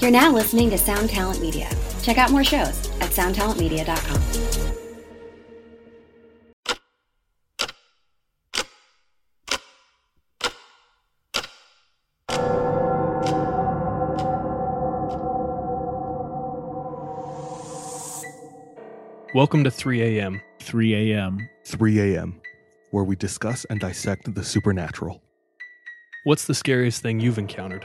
You're now listening to Sound Talent Media. Check out more shows at soundtalentmedia.com. Welcome to 3 a.m. 3 a.m. 3 a.m., where we discuss and dissect the supernatural. What's the scariest thing you've encountered?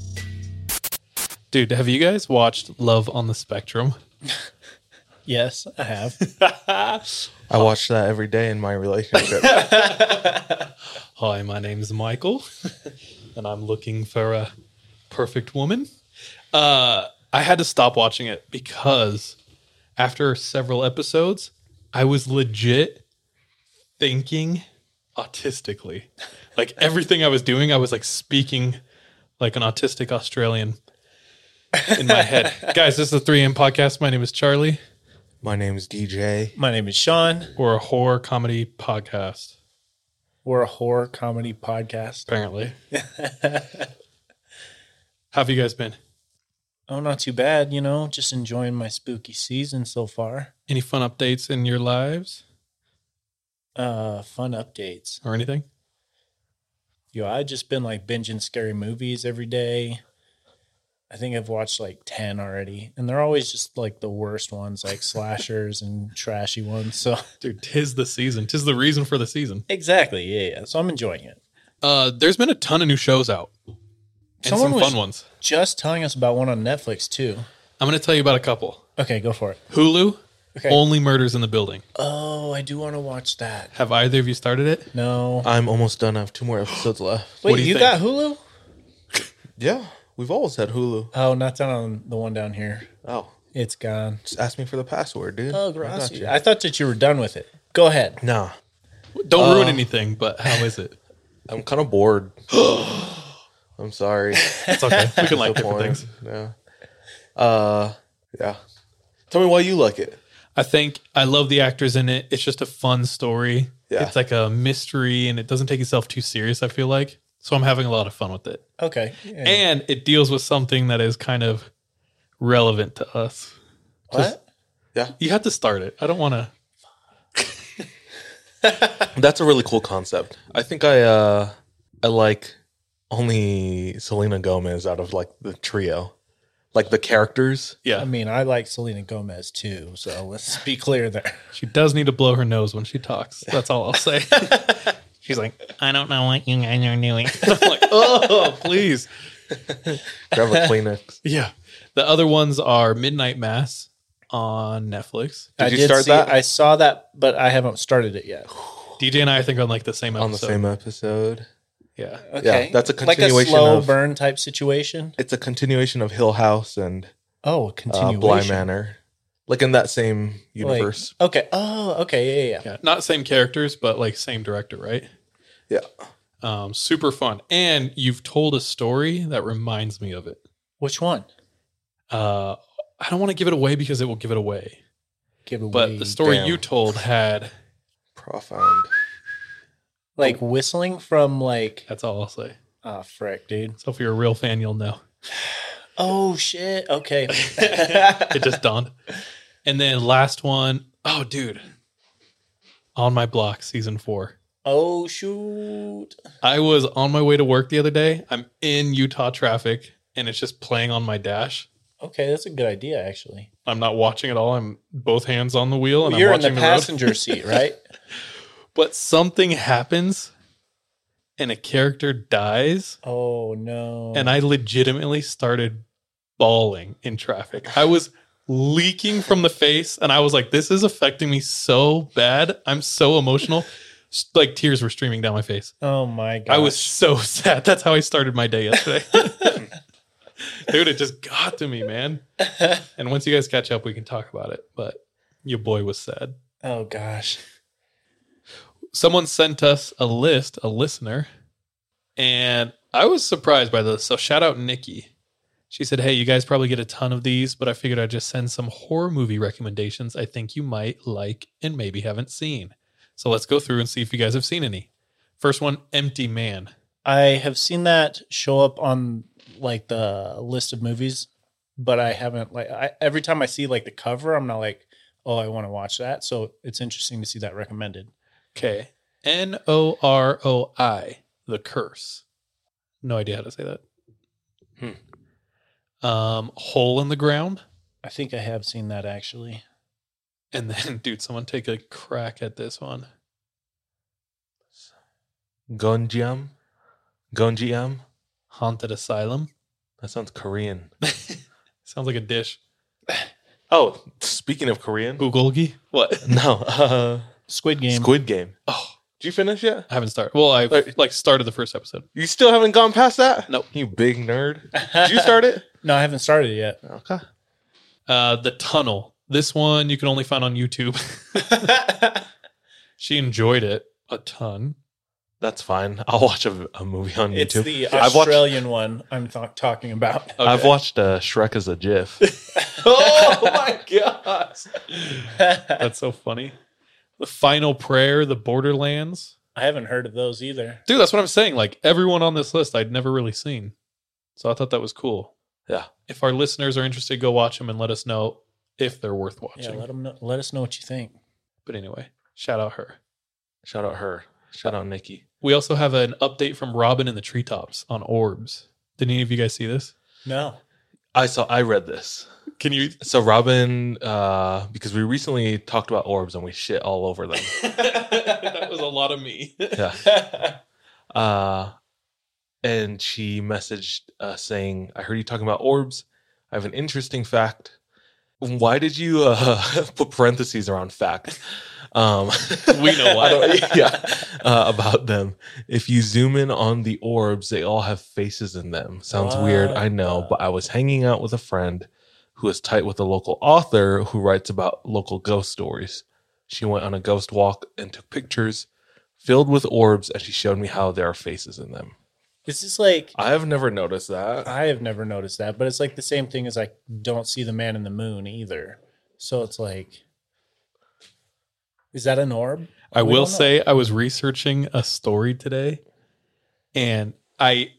Dude, have you guys watched Love on the Spectrum? Yes, I have. I watch that every day in my relationship. Hi, my name's Michael, and I'm looking for a perfect woman. Uh, I had to stop watching it because after several episodes, I was legit thinking autistically. Like everything I was doing, I was like speaking like an autistic Australian in my head. Guys, this is the 3M podcast. My name is Charlie. my name's DJ. My name is Sean. We're a horror comedy podcast, We're a horror comedy podcast. apparently. How have you guys been? Oh, not too bad, you know, just enjoying my spooky season so far. Any fun updates in your lives Uh, fun updates. or anything? Yo, I just been like binging scary movies every day. I think I've watched like 10 already, and they're always just like the worst ones, like slashers and trashy ones. So, Dude, tis the season. Tis the reason for the season. exactly. Yeah. yeah. So, I'm enjoying it. Uh, there's been a ton of new shows out and Someone some was- fun ones. Just telling us about one on Netflix, too. I'm going to tell you about a couple. Okay, go for it. Hulu, Okay. Only Murders in the Building. Oh, I do want to watch that. Have either of you started it? No. I'm almost done. I have two more episodes left. Wait, do you you think? got Hulu? Yeah, we've always had Hulu. Oh, not down on the one down here. Oh, It's gone. just ask me for the password, dude. Oh, I got you. I thought that you were done with it. Go ahead. Nah, Don't ruin anything, but how is it? I'm kind of bored. I'm sorry. It's okay. We can like different Disappointed. things. Yeah. Uh, yeah. Tell me why you like it. I think I love the actors in it. It's just a fun story. Yeah. It's like a mystery and it doesn't take itself too serious, I feel like. So I'm having a lot of fun with it. Okay. Yeah. And it deals with something that is kind of relevant to us. what? You have to start it. I don't want to. That's a really cool concept. I think I uh I like only Selena Gomez out of like the trio, like the characters. Yeah. I mean, I like Selena Gomez too, so let's be clear there. She does need to blow her nose when she talks. That's all I'll say. She's like, I don't know what you guys are doing. I'm like, oh, please. Grab a Kleenex. Yeah. The other ones are Midnight Mass on Netflix. Did I you start see, that? I saw that, but I haven't started it yet. DJ and I, I think, on like the same episode. on the same episode. Yeah. Yeah, that's a like a continuation slow of- burn type situation. It's a continuation of Hill House and Oh, a uh, continuation. Bly Manor, like in that same Like, universe. okay. Oh, okay. Yeah, yeah, yeah. Yeah. Not same characters, but like same director, right? yeah, Um, super fun. And you've told a story that reminds me of it. Which one? Uh, I don't want to give it away because it will give it away. Give away. But the story damn. you told had, profound. like whistling from like. that's all I'll say. Oh, frick, dude. So if you're a real fan, you'll know. Oh shit. Okay. it just dawned. And then last one, oh dude. On my block, season four. oh shoot. I was on my way to work the other day. I'm in Utah traffic and it's just playing on my dash. Okay, that's a good idea actually. I'm not watching at all. I'm both hands on the wheel and You're I'm in the watching the, road. passenger seat, right? But something happens and a character dies. Oh no. And I legitimately started bawling in traffic. I was leaking from the face and I was like, this is affecting me so bad. I'm so emotional. S- Like tears were streaming down my face. oh my god. I was so sad. That's how I started my day yesterday. Dude, it just got to me, man. And once you guys catch up, we can talk about it. But your boy was sad. oh gosh. Someone sent us a list, a listener, and I was surprised by this. So shout out Nikki. She said, Hey, you guys probably get a ton of these, but I figured I'd just send some horror movie recommendations I think you might like and maybe haven't seen. So let's go through and see if you guys have seen any. First one, Empty Man. I have seen that show up on like the list of movies, but I haven't like I, every time I see like the cover, I'm not like, oh, I want to watch that. So it's interesting to see that recommended. Okay. N O R O I, The Curse. No idea how to say that. Um, Hole in the Ground. I think I have seen that actually. And then, dude, someone take a crack at this one. Gonjiam? Gonjiam? Haunted Asylum. That sounds Korean. Sounds like a dish. Oh, speaking of Korean. Bulgogi? What? No. Uh, Squid Game. Squid Game. Oh, Did you finish yet? I haven't started. Well, I Like- like started the first episode. You still haven't gone past that? Nope. You big nerd. Did you start it? No, I haven't started it yet. Okay. Uh, the Tunnel. This one you can only find on YouTube. she enjoyed it a ton. That's fine. I'll watch a, a movie on It's YouTube. the I've watched- Australian one I'm th- talking about. I've Okay. watched uh, Shrek as a GIF. oh my gosh. That's so funny. The final prayer, the borderlands. I haven't heard of those either. Dude, that's what I'm saying. Like everyone on this list I'd never really seen. So I thought that was cool. Yeah. If our listeners are interested, go watch them and let us know if they're worth Yeah, watching. let 'em know, let us know what you think. but anyway, shout out her. Shout out her. Shout out Nikki. We also have an update from Robin in the treetops on orbs. Did any of you guys see this? No. I saw. I read this. Can you So Robin, uh, because we recently talked about orbs and we shit all over them. That was a lot of me. yeah. Uh, and she messaged uh, saying, "I heard you talking about orbs. I have an interesting fact. Why did you uh, put parentheses around fact? Um, We know why. I don't- yeah, uh, about them. If you zoom in on the orbs, they all have faces in them. Sounds weird, I know, but I was hanging out with a friend who is tight with a local author who writes about local ghost stories. She went on a ghost walk and took pictures filled with orbs, and she showed me how there are faces in them. This is like I have never noticed that. I have never noticed that, but it's like the same thing as I don't see the man in the moon either. So it's like, is that an orb? I We will don't know. say I was researching a story today and I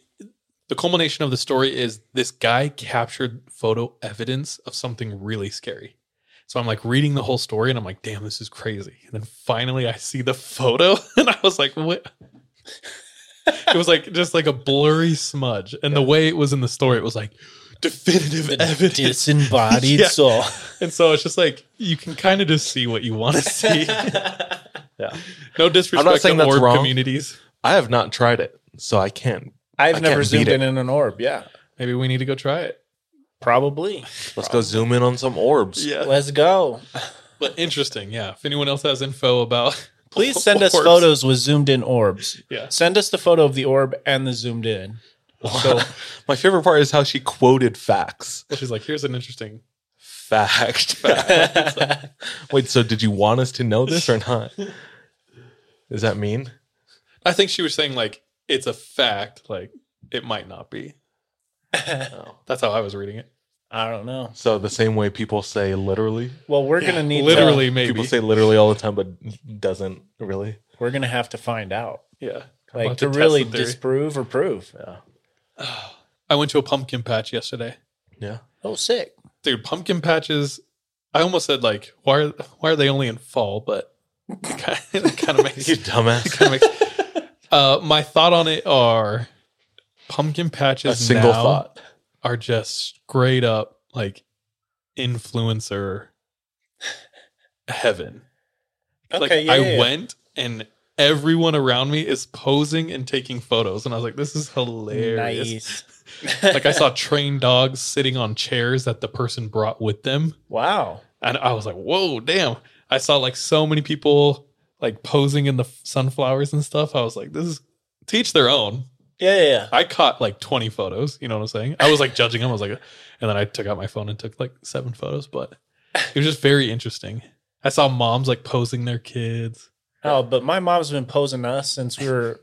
the culmination of the story is this guy captured photo evidence of something really scary. So I'm like reading the whole story and I'm like, damn, this is crazy. And then finally I see the photo and I was like, what? it was like just like a blurry smudge. And the way it was in the story, it was like definitive evidence. disembodied Yeah. soul. And so it's just like you can kind of just see what you want to see. Yeah. No disrespect I'm not saying to that's orb wrong. communities. I have not tried it, so I can't. I've I never can't zoomed beat in in an orb. Yeah, Maybe we need to go try it. probably. Let's go zoom in on some orbs. Let's go. But interesting, yeah. If anyone else has info about Please send us orbs, photos with zoomed in orbs. Yeah. Send us the photo of the orb and the zoomed in. So my favorite part is how she quoted facts. She's like, here's an interesting Fact. Wait, so did you want us to know this or not? Does that mean? I think she was saying like it's a fact, like it might not be. Oh. That's how I was reading it. I don't know. So the same way people say literally. Well, we're gonna need to- Literally, maybe. People say literally all the time, but doesn't really. we're gonna have to find out, yeah. I'll like have to, test really the theory. disprove or prove. I went to a pumpkin patch yesterday. Yeah. Oh, sick. Dude, pumpkin patches. I almost said like, why are why are they only in fall? But it kind of makes You dumbass. kind of makes- uh, my thought on it are pumpkin patches A single now thought. are just straight up like influencer heaven. like Okay, yeah, I yeah, yeah. went and everyone around me is posing and taking photos, and I was like, "This is hilarious." Nice. Like I saw trained dogs sitting on chairs that the person brought with them. Wow. And I was like, whoa, damn. I saw like so many people like posing in the f- sunflowers and stuff. I was like, this is teach their own. Yeah, yeah, yeah. I caught like 20 photos. You know what I'm saying? I was like judging them. I was like, and then I took out my phone and took like seven photos, but it was just very interesting. I saw moms like posing their kids. Oh, but my mom's been posing us since we were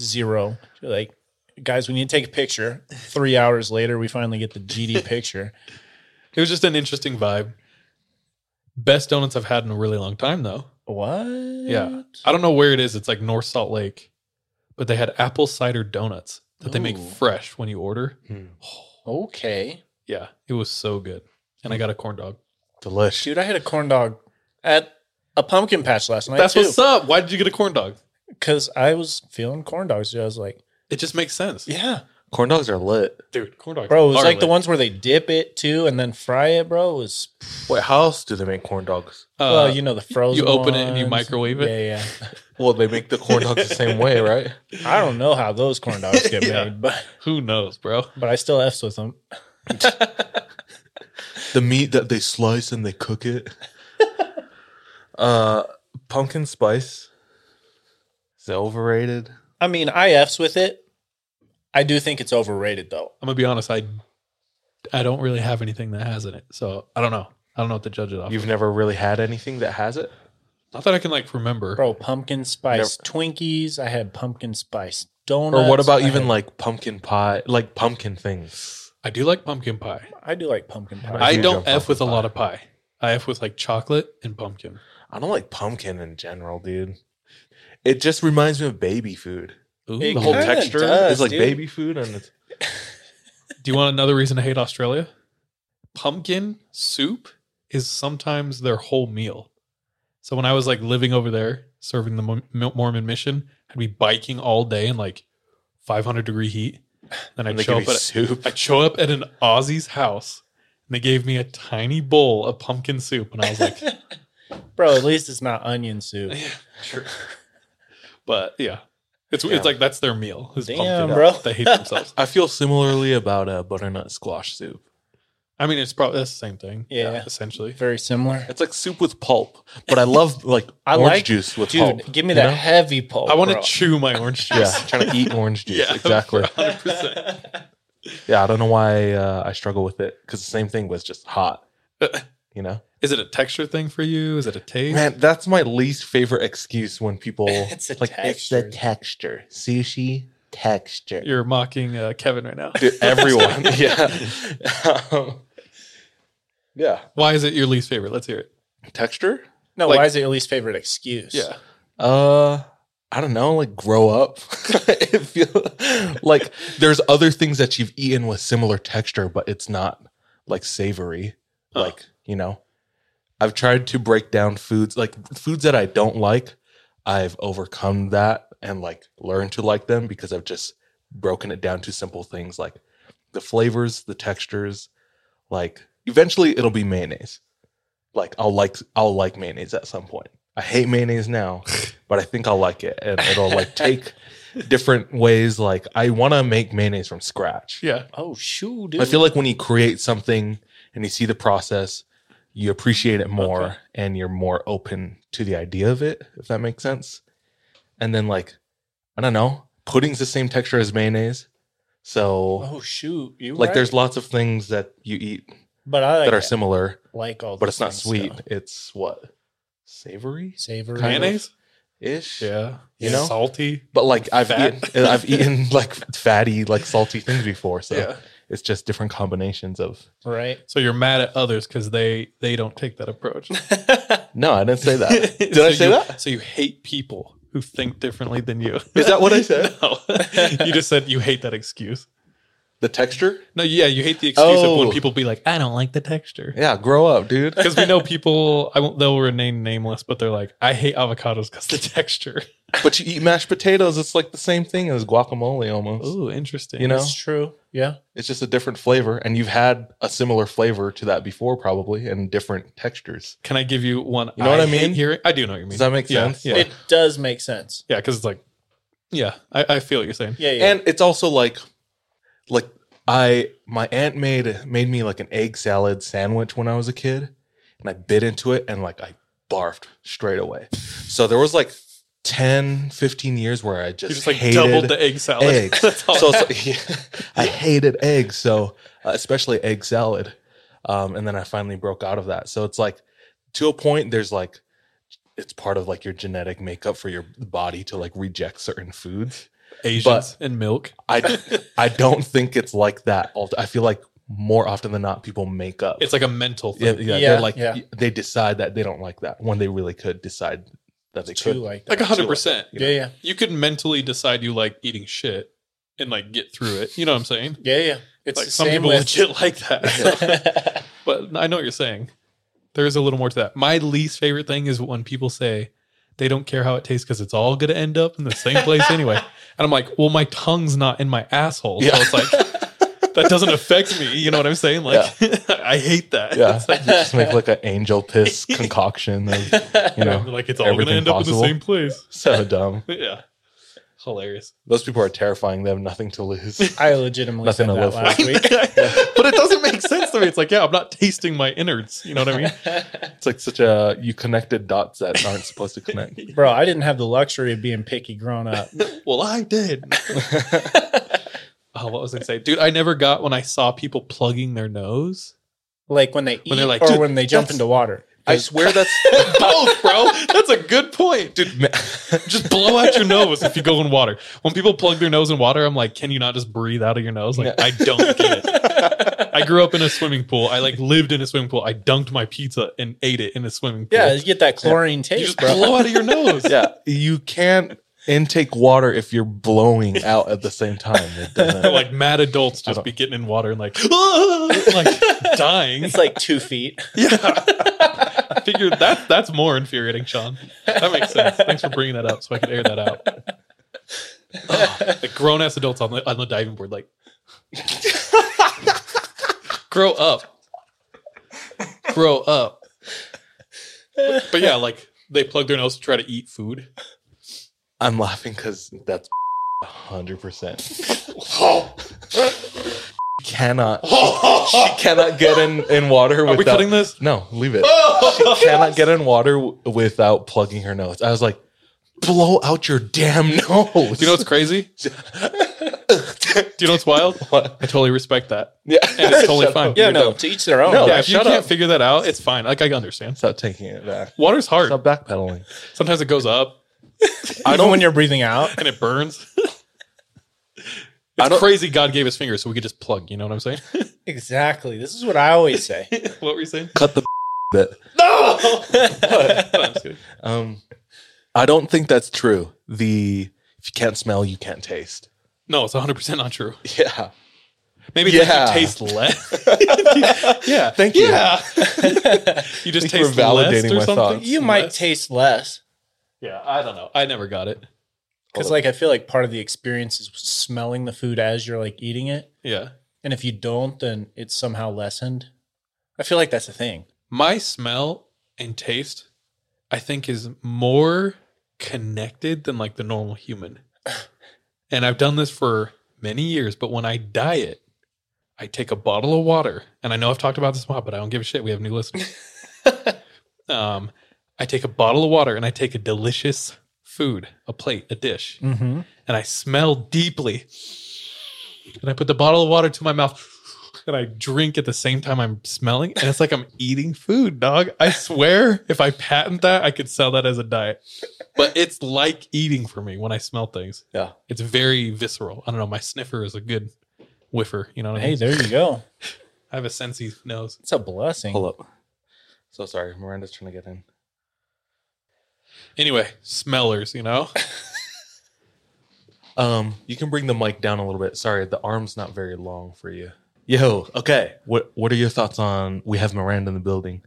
zero. She's like, guys, we need to take a picture. Three hours later, we finally get the GD picture. It was just an interesting vibe. Best donuts I've had in a really long time, though. What? Yeah. I don't know where it is. It's like North Salt Lake, but they had apple cider donuts that they make Ooh. fresh when you order. Okay. Yeah, Hmm. it was so good. And I got a corn dog. Delish. Dude, I had a corn dog at a pumpkin patch last night. That's too, what's up. Why did you get a corn dog? Because I was feeling corn dogs. dude. I was like, It just makes sense. yeah. Corn dogs are lit. Dude, corn dogs. Bro, it was are like the lit. ones where they dip it too and then fry it, bro. It was, Wait, how else do they make corn dogs? Uh, well, you know, the frozen. open it and you ones. microwave it? Yeah, Well, they make the corn dogs the same way, right? yeah. I don't know how those corn dogs get Yeah. made, but, who knows, bro? but I still F's with them. The meat that they slice and they cook it. uh, pumpkin spice. Is it overrated? I mean, I F's with it. I do think it's overrated though. I'm gonna be honest. I I don't really have anything that has in it, so I don't know. I don't know what to judge it off. You've never really had anything that has it. Not that I can like remember. Bro, pumpkin spice Twinkies. I had pumpkin spice donuts. Or what about I even had- like pumpkin pie, like pumpkin things? I do like pumpkin pie. I do like pumpkin pie. I do don't enjoy f with a pumpkin lot of pie. I f with like chocolate and pumpkin. I don't like pumpkin in general, dude. It just reminds me of baby food. Ooh. It The whole kinda texture does, is like dude. baby food, and it's Do you want another reason to hate Australia? Pumpkin soup is sometimes their whole meal. So when I was like living over there, serving the Mo- Mo- Mormon mission, I'd be biking all day in like 500 degree heat. Then and I'd they show give up you at soup. I'd show up at an Aussie's house and they gave me a tiny bowl of pumpkin soup. And I was like, Bro, at least it's not onion soup. yeah, sure. But yeah, it's, Yeah. it's like that's their meal. Is Damn, pumpkin. bro. They hate themselves. I feel similarly about a butternut squash soup. I mean, it's probably that's the same thing. Yeah. Essentially. Very similar. It's like soup with pulp, but I love like I orange like- juice with Dude, pulp. give me you that know? heavy pulp. I want to bro. chew my orange juice. Yeah, trying to eat orange juice. Yeah, exactly. 100%. Yeah, I don't know why uh, I struggle with it because the same thing was just hot. You know, Is it a texture thing for you? Is it a taste? man, that's my least favorite excuse when people It's a texture. texture, sushi texture. You're mocking uh, Kevin right now. Dude, everyone, yeah, Um, yeah, Why is it your least favorite? Let's hear it. texture. no, like- why is it your least favorite excuse? Uh, I don't know. Like grow up. it feel, like there's other things that you've eaten with similar texture, but it's not like savory. Huh. Like you know, I've tried to break down foods like foods that I don't like. I've overcome that and like learned to like them because I've just broken it down to simple things like the flavors, the textures. Like eventually, it'll be mayonnaise. Like I'll like I'll like mayonnaise at some point. I hate mayonnaise now, but I think I'll like it, and it'll like take different ways. Like I want to make mayonnaise from scratch. Yeah. Oh, shoot, dude. I feel like when you create something and you see the process, you appreciate it more Okay. and you're more open to the idea of it, if that makes sense. And then like, I don't know, pudding's the same texture as mayonnaise. So Oh, shoot. You like right. there's lots of things that you eat but I like, that are similar, like all but those it's not things, sweet. though. It's what? Savory Savory. Kind of. Mayonnaise? ish. Yeah. You know? Salty. But like I've Fat. eaten I've eaten like fatty, like salty things before. So Yeah. it's just different combinations of Right. So you're mad at others because they they don't take that approach. Did No, I didn't say that. Did I say you, that? So you hate people who think differently than you. Is that what I said? no. you just said you hate that excuse. The texture? No, yeah, you hate the excuse of when Oh. people be like, I don't like the texture. Yeah, grow up, dude. Because we know people, I won't, they'll remain nameless, but they're like, I hate avocados because the texture. But you eat mashed potatoes, it's like the same thing as guacamole almost. Ooh, interesting. You know? That's true. Yeah. It's just a different flavor, and you've had a similar flavor to that before, probably, and different textures. Can I give you one? You know what I hate mean? Hearing? I do know what you mean. Does that make Yeah, sense? Yeah, It does make sense. yeah, because it's like, yeah, I, I feel what you're saying. Yeah, yeah. And it's also like, like I my aunt made made me like an egg salad sandwich when I was a kid, and I bit into it and like I barfed straight away. So there was like 10, 15 years where I just, You just like hated doubled the egg salad. eggs. That's all. so it's like- I hated eggs, so uh, especially egg salad. Um, and then I finally broke out of that. So it's like to a point, there's like it's part of like your genetic makeup for your body to like reject certain foods. Asians and milk. I I don't think it's like that. all- I feel like more often than not, people make up. It's like a mental yeah, thing. yeah, Yeah, they're like yeah. they decide that they don't like that when they really could decide that they Two could. like Like that. Like hundred percent. you yeah, yeah, You could mentally decide you like eating shit and like get through it. You know what I'm saying? yeah, yeah. It's like the some same people with. legit like that. but I know what you're saying. There's a little more to that. My least favorite thing is when people say they don't care how it tastes because it's all going to end up in the same place anyway. And I'm like, well, my tongue's not in my asshole. Yeah. So it's like, that doesn't affect me. You know what I'm saying? Like, I hate that. Yeah, It's like, just make like an angel piss concoction of you know like it's all going to everything end up possible. in the same place. so dumb. Yeah. Hilarious. Those people are terrifying. They have nothing to lose. I legitimately Nothing said to that live last week. but it doesn't make sense to me. It's like, yeah, I'm not tasting my innards. You know what I mean? It's like such a you connected dots that aren't supposed to connect. Bro, I didn't have the luxury of being picky growing up. well, I did. oh, what was I gonna say, dude? I never got when I saw people plugging their nose. Like when they eat When they're like, or "Dude, when they jump that's- into water. I swear that's Both, Oh, bro. That's a good point, dude. dude. ma- Just blow out your nose if you go in water. When people plug their nose in water, I'm like, can you not just breathe out of your nose? Like, I don't get it. I grew up in a swimming pool. I like lived in a swimming pool. I dunked my pizza and ate it in a swimming pool. Yeah, you get that chlorine you taste, just bro. blow out of your nose. Yeah, you can't intake water if you're blowing out at the same time. It doesn't. like mad adults I just don't- be getting in water and like, like dying. It's like two feet. I figured that that's more infuriating, Sean. That makes sense. Thanks for bringing that up, so I could air that out. Ugh, like grown ass adults on the on the diving board, like grow up, grow up. But yeah, like they plug their nose to try to eat food. I'm laughing because that's hundred percent. Cannot she cannot get in in water Are we without cutting this? No, leave it. she cannot get in water w- without plugging her nose. I was like, blow out your damn nose. Do you know what's crazy? Do you know what's wild? I totally respect that. yeah, And it's totally fine. Yeah, no, to each their own. No. Yeah. yeah, if you shut can't up. figure that out, it's fine. Like I understand. Stop taking it back. Water's hard. Stop backpedaling. Sometimes it goes up I Even don't. when you're breathing out. and it burns. I It's don't- crazy God gave us fingers so we could just plug, you know what I'm saying? Exactly. This is what I always say. what were you saying? cut the bit. I'm just kidding. Um, I don't think that's true. The if you can't smell, you can't taste. No, it's 100% not true. Yeah. Maybe it Yeah. makes you taste less. Yeah. Uh, Thank you. yeah. you just Thank you for taste less validating or my something. thoughts. you might Less? taste less Yeah, I don't know. I never got it. because, like, I feel like part of the experience is smelling the food as you're like eating it, Yeah. and if you don't, then it's somehow lessened. I feel like that's a thing. My smell and taste, I think, is more connected than like the normal human. And I've done this for many years, but when I diet, I take a bottle of water. And I know I've talked about this a lot, but I don't give a shit. We have new listeners. um, I take a bottle of water and I take a delicious food, a plate, a dish, Mm-hmm. and I smell deeply. And I put the bottle of water to my mouth and I drink at the same time I'm smelling. And it's like I'm eating food, dog. I swear if I patent that, I could sell that as a diet. But it's like eating for me when I smell things. Yeah. It's very visceral. I don't know. My sniffer is a good whiffer. You know what I mean? Hey, there you go. I have a sensey nose. It's a blessing. Pull up. So sorry, Miranda's trying to get in. Anyway, smellers, you know? Um, you can bring the mic down a little bit. Sorry, the arm's not very long for you. Yo, okay. What What are your thoughts on? We have Miranda in the building.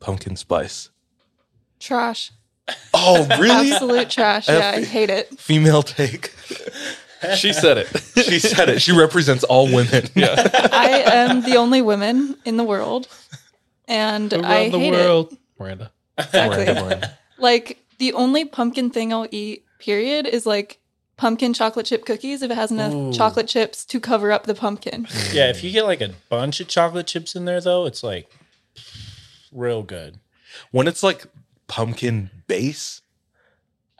Pumpkin spice. Trash. Oh, really? Absolute trash. Yeah, I hate it. Female take. she said it. She said it. She represents all women. Yeah. I am the only woman in the world, and I Around the hate world. Miranda. it. Exactly. Like the only pumpkin thing I'll eat, period, is like pumpkin chocolate chip cookies if it has enough Ooh. chocolate chips to cover up the pumpkin. Yeah, if you get like a bunch of chocolate chips in there, though, it's like real good. When it's like pumpkin base,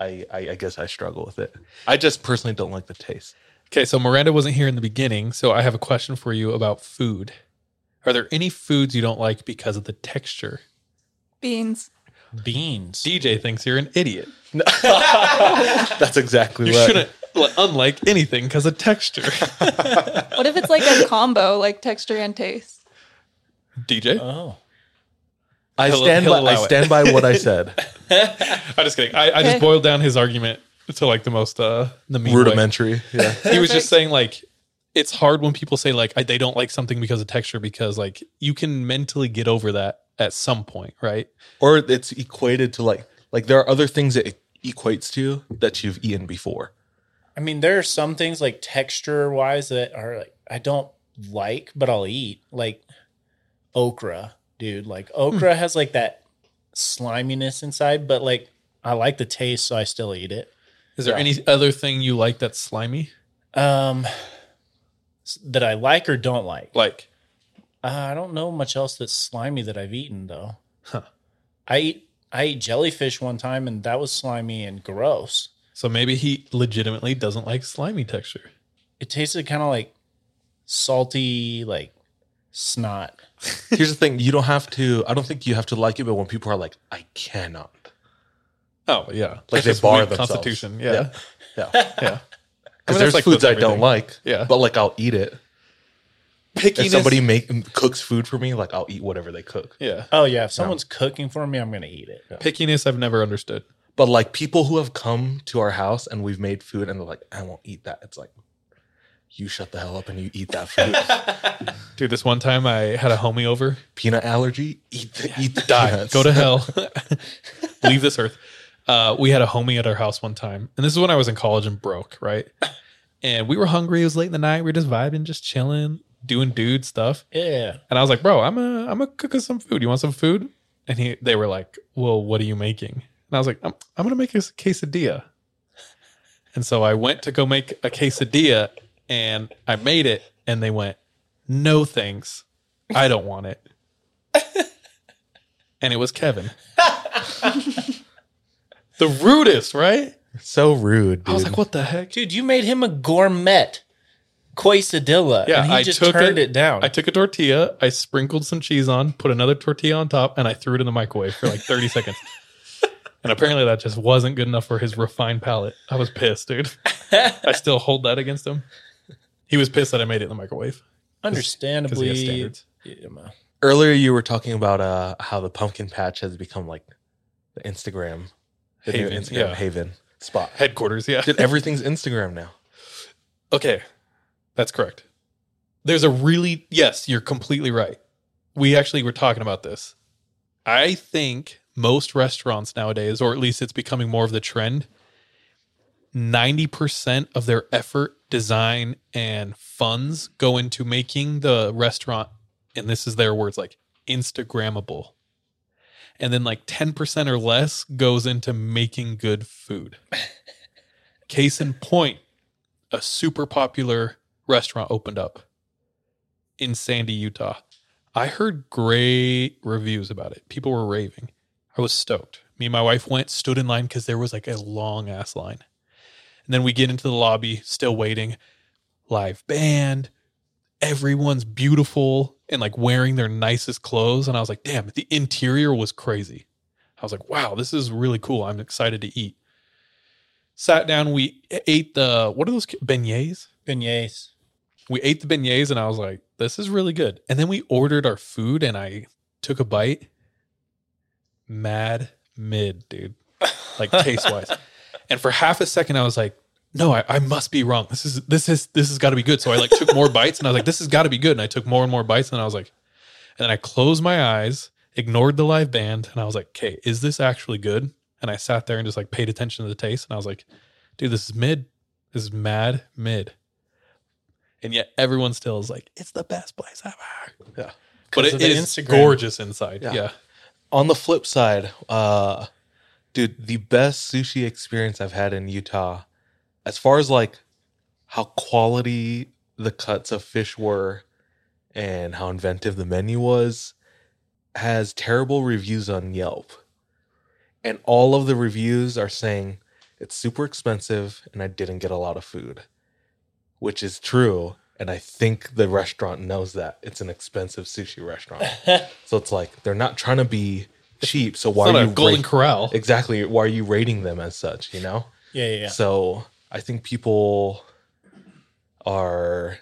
I I, I I guess I struggle with it. I just personally don't like the taste. Okay, so Miranda wasn't here in the beginning, so I have a question for you about food. Are there any foods you don't like because of the texture? Beans. Beans. DJ thinks you're an idiot. That's exactly You right. shouldn't li- unlike anything because of texture. What if it's like a combo, like texture and taste? DJ, Oh. I He'll- stand he'll by I allow it. stand by what I said. I'm just kidding. I, I Okay. just boiled down his argument to like the most uh the mean way. Rudimentary. Yeah. He was just Perfect. saying like it's hard when people say like I, they don't like something because of texture because like you can mentally get over that at some point, right? Or it's equated to like like there are other things that it equates to that you've eaten before. I mean, there are some things like texture wise that are like I don't like, but I'll eat. Like okra, dude. Like okra has like that sliminess inside, but like I like the taste, so I still eat it. Is there Yeah. any other thing you like that's slimy? Um s- that I like or don't like. Like Uh, I don't know much else that's slimy that I've eaten though. Huh. I eat I ate jellyfish one time and that was slimy and gross. so maybe he legitimately doesn't like slimy texture. It tasted kind of like salty, like snot. Here's the thing, you don't have to I don't think you have to like it, but when people are like, I cannot. Oh yeah, Like That's they just bar weak themselves. Constitution, Yeah. yeah, Yeah. yeah. that's Because there's like foods with I don't everything. like. Yeah. But like I'll eat it. Pickiness. If somebody make cooks food for me, like I'll eat whatever they cook. yeah, Oh yeah, if someone's cooking for me, I'm gonna eat it. pickiness. I've never understood. But like people who have come to our house and we've made food and they're like, I won't eat that. It's like, you shut the hell up and you eat that food. Dude, this one time I had a homie over. Peanut allergy? Eat the, eat the Die. peanuts. Go to hell. Leave this earth. Uh, we had a homie at our house one time. And this is when I was in college and broke, right? And we were hungry. It was late in the night. We were just vibing, just chilling, doing dude stuff. Yeah. And I was like, bro, I'm a, I'm a cook us some food. You want some food? And he, they were like, well, what are you making? And I was like, I'm, I'm going to make us a quesadilla. And so I went to go make a quesadilla and I made it. And they went, no thanks. I don't want it. and it was Kevin. the rudest, right? So rude. Dude. I was like, what the heck? Dude, you made him a gourmet quesadilla. Yeah, and he I just took turned it- it, down. I took a tortilla, I sprinkled some cheese on, put another tortilla on top, and I threw it in the microwave for like 30 seconds. And apparently that just wasn't good enough for his refined palate. I was pissed, dude. I still hold that against him. He was pissed that I made it in the microwave because he has Understandably. standards. Yeah, man. Earlier you were talking about uh, how the pumpkin patch has become like the Instagram, the new Haven, Instagram yeah. haven spot. Headquarters, yeah. Dude, everything's Instagram now. Okay, that's correct. There's a really, yes, you're completely right. We actually were talking about this. I think most restaurants nowadays, or at least it's becoming more of the trend, 90% of their effort, design, and funds go into making the restaurant, and this is their words, like Instagrammable. And then like 10% or less goes into making good food. Case in point, a super popular restaurant opened up in Sandy, Utah. I heard great reviews about it. People were raving. I was stoked. Me and my wife went, stood in line because there was like a long ass line. And then we get into the lobby, still waiting. Live band. Everyone's beautiful and like wearing their nicest clothes. And I was like, damn, the interior was crazy. I was like, wow, this is really cool. I'm excited to eat sat down. We e-, ate the what are those ki- beignets? Beignets. We ate the beignets, and I was like, "This is really good." And then we ordered our food, and I took a bite. Mad mid, dude. Like taste wise, and for half a second, I was like, "No, I, I must be wrong. This is this is this has got to be good." So I like took more bites, and I was like, "This has got to be good." And I took more and more bites, and I was like, and then I closed my eyes, ignored the live band, and I was like, "Okay, is this actually good?" And I sat there and just like paid attention to the taste, and I was like, "Dude, this is mid. This is mad mid." and yet everyone still is like, it's the best place ever. Yeah. But 'Cause it of the is Instagram. gorgeous inside. Yeah. Yeah. On the flip side, uh, dude, the best sushi experience I've had in Utah, as far as like how quality the cuts of fish were and how inventive the menu was, has terrible reviews on Yelp. And all of the reviews are saying It's super expensive, and I didn't get a lot of food, which is true. And I think the restaurant knows that it's an expensive sushi restaurant. so it's like they're not trying to be cheap. So why It's not are a you Golden rate- Corral. exactly? Why are you rating them as such? You know. Yeah, yeah, yeah. So I think people are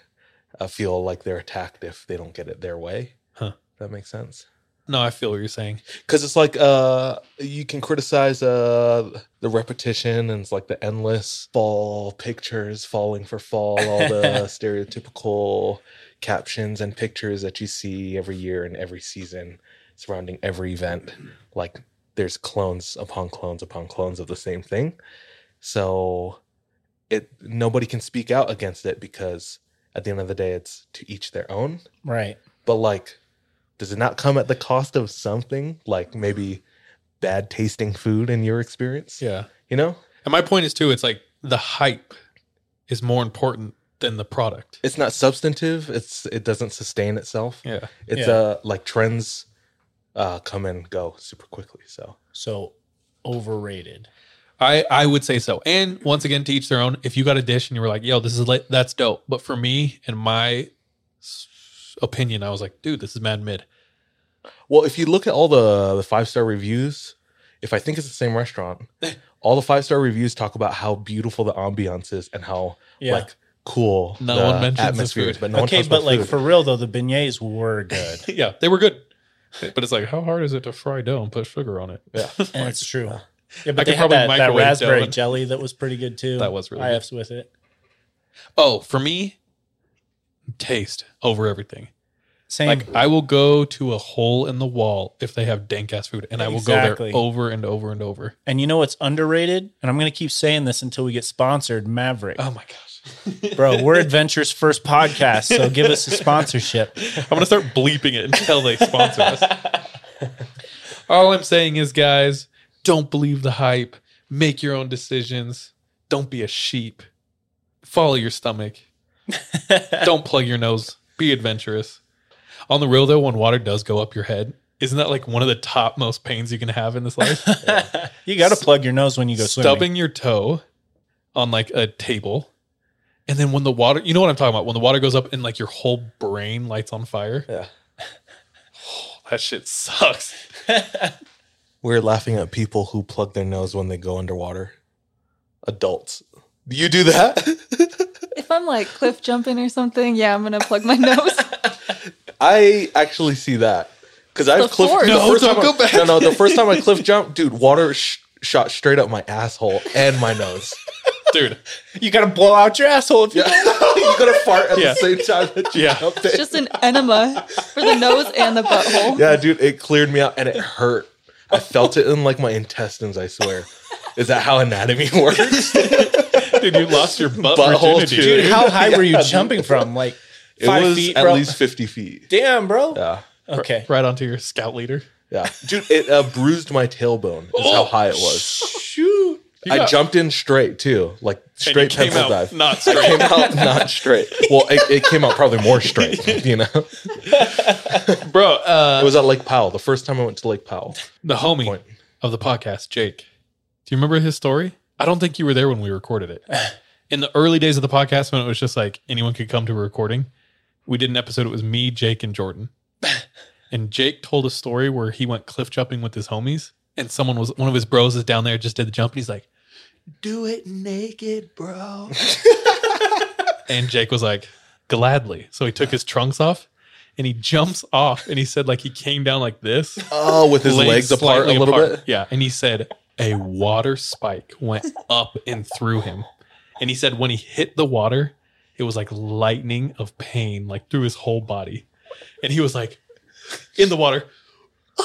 uh, feel like they're attacked if they don't get it their way. Huh. That makes sense. No, I feel what you're saying. Because it's like uh, you can criticize uh, the repetition and it's like the endless fall pictures, falling for fall, all the stereotypical captions and pictures that you see every year and every season surrounding every event. Like there's clones upon clones upon clones of the same thing. So it nobody can speak out against it because at the end of the day, it's to each their own Right. but like does it not come at the cost of something like maybe bad tasting food in your experience Yeah. you know And my point is too, it's like the hype is more important than the product. it's not substantive it's it doesn't sustain itself Yeah. it's Yeah. uh like trends uh come and go super quickly so So overrated. I, I would say so. And once again, to each their own. If you got a dish and you were like, yo, this is lit, that's dope. But for me and my s- opinion, I was like, dude, this is mad mid. well if you look at all the the five star reviews if i think it's the same restaurant all the five star reviews talk about how beautiful the ambiance is and how Yeah. like cool No the one mentions the atmosphere is food. but no okay, one talks but about like food. for real though, the beignets were good. yeah, they were good. But it's like, how hard is it to fry dough and put sugar on it? Yeah. That's true. I Yeah, but they could had probably that, that microwave dough raspberry and- jelly that was pretty good too. That was really I f's with it. Oh, for me, taste over everything. Same. Like I will go to a hole in the wall if they have dank ass food, and I will Exactly. go there over and over and over. and you know what's underrated? And I'm gonna keep saying this until we get sponsored. Maverick, Oh my gosh, bro, we're Adventure's first podcast, so give us a sponsorship. I'm gonna start bleeping it until they sponsor us. All I'm saying is, guys, don't believe the hype. Make your own decisions. Don't be a sheep. Follow your stomach. don't plug your nose. Be adventurous. On the real though, when water does go up your head, isn't that like one of the top most pains you can have in this life? You got to plug your nose when you go swimming. stubbing your toe on like a table. And then when the water, you know what I'm talking about? When the water goes up and like your whole brain lights on fire. Yeah. that shit sucks. We're laughing at people who plug their nose when they go underwater. Adults. Do you do that? If I'm like cliff jumping or something, yeah, I'm gonna plug my nose. I actually see that. Because I've The cliff force. the No, first don't time go I- back. No, no, the first time I cliff jumped, dude, water sh- shot straight up my asshole and my nose. Dude, You got to blow out your asshole if you Yeah. you gotta fart at Yeah. the same time that you Yeah. jumped It's in. just an enema for the nose and the butthole. Yeah, dude, it cleared me out and it hurt. I felt it in like my intestines, I swear. Is that how anatomy works? dude, you lost your butt Butthole virginity. too. Dude, how high were you jumping from? Like It five was feet, at bro? least 50 feet. Damn, bro. Yeah. Okay. Right onto your scout leader. Yeah, dude, it uh, bruised my tailbone. Is how high it was. Oh, Shoot. You I got- jumped in straight too, like and you straight came pencil out dive. Not came straight. out not straight. Well, it, it came out probably more straight. You know, it Bro, uh, was at Lake Powell. The first time I went to Lake Powell. the homie Point. of the podcast, Jake. Do you remember his story? I don't think you were there when we recorded it. In the early days of the podcast, when it was just like anyone could come to a recording, we did an episode. It was me, Jake, and Jordan. And Jake told a story where he went cliff jumping with his homies, and someone was one of his bros is down there just did the jump, and he's like, "Do it naked, bro." and Jake was like, "Gladly." So he took his trunks off, and he jumps off, and he said like he came down like this Oh, with his legs, apart a slightly little apart. bit. Yeah. And he said a water spike went up and through him. And he said when he hit the water, it was like lightning of pain, like through his whole body. And he was like in the water.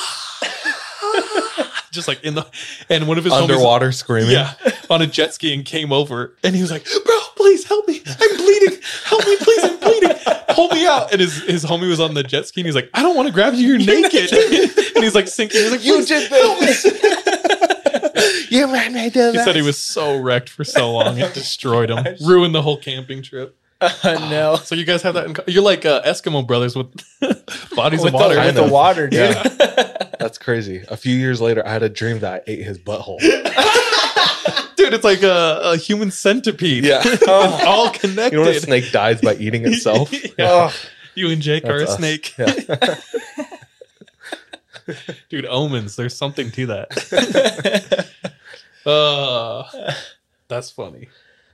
Just like in the and one of his homies- Underwater screaming. yeah, on a jet ski and came over and he was like, Bro, please help me. I'm bleeding. Help me, please. I'm bleeding. Hold me out. And his, his homie was on the jet ski and he's like, I don't want to grab you. You're, naked. and he's like sinking. He's like, You did this. you ran me He said he was so wrecked for so long. It destroyed him, ruined the whole camping trip. no. So you guys have that. In co- You're like uh, Eskimo brothers with bodies With of water. the, with the know. water, dude. Yeah. That's crazy. A few years later, I had a dream that I ate his butthole. dude, it's like a, a human centipede. Yeah. it's all connected. You know when a snake dies by eating itself? Yeah. You and Jake are a That's us. snake. Yeah. Dude, omens. There's something to that. uh, that's funny.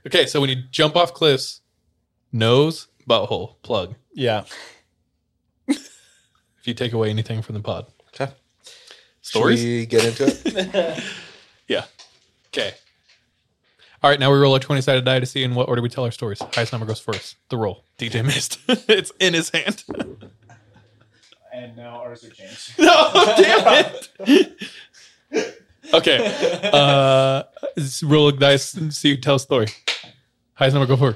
Okay, so when you jump off cliffs, nose, butthole, plug. Yeah. If you take away anything from the pod. Okay. Stories? Should we get into it? Yeah. Okay. All right, now we roll a 20 sided die to see in what order we tell our stories. Highest number goes first. The roll. DJ missed. it's in his hand. And now ours are changed. No, damn it. okay. Uh, let's roll a dice and see who tells story. Highest number go for.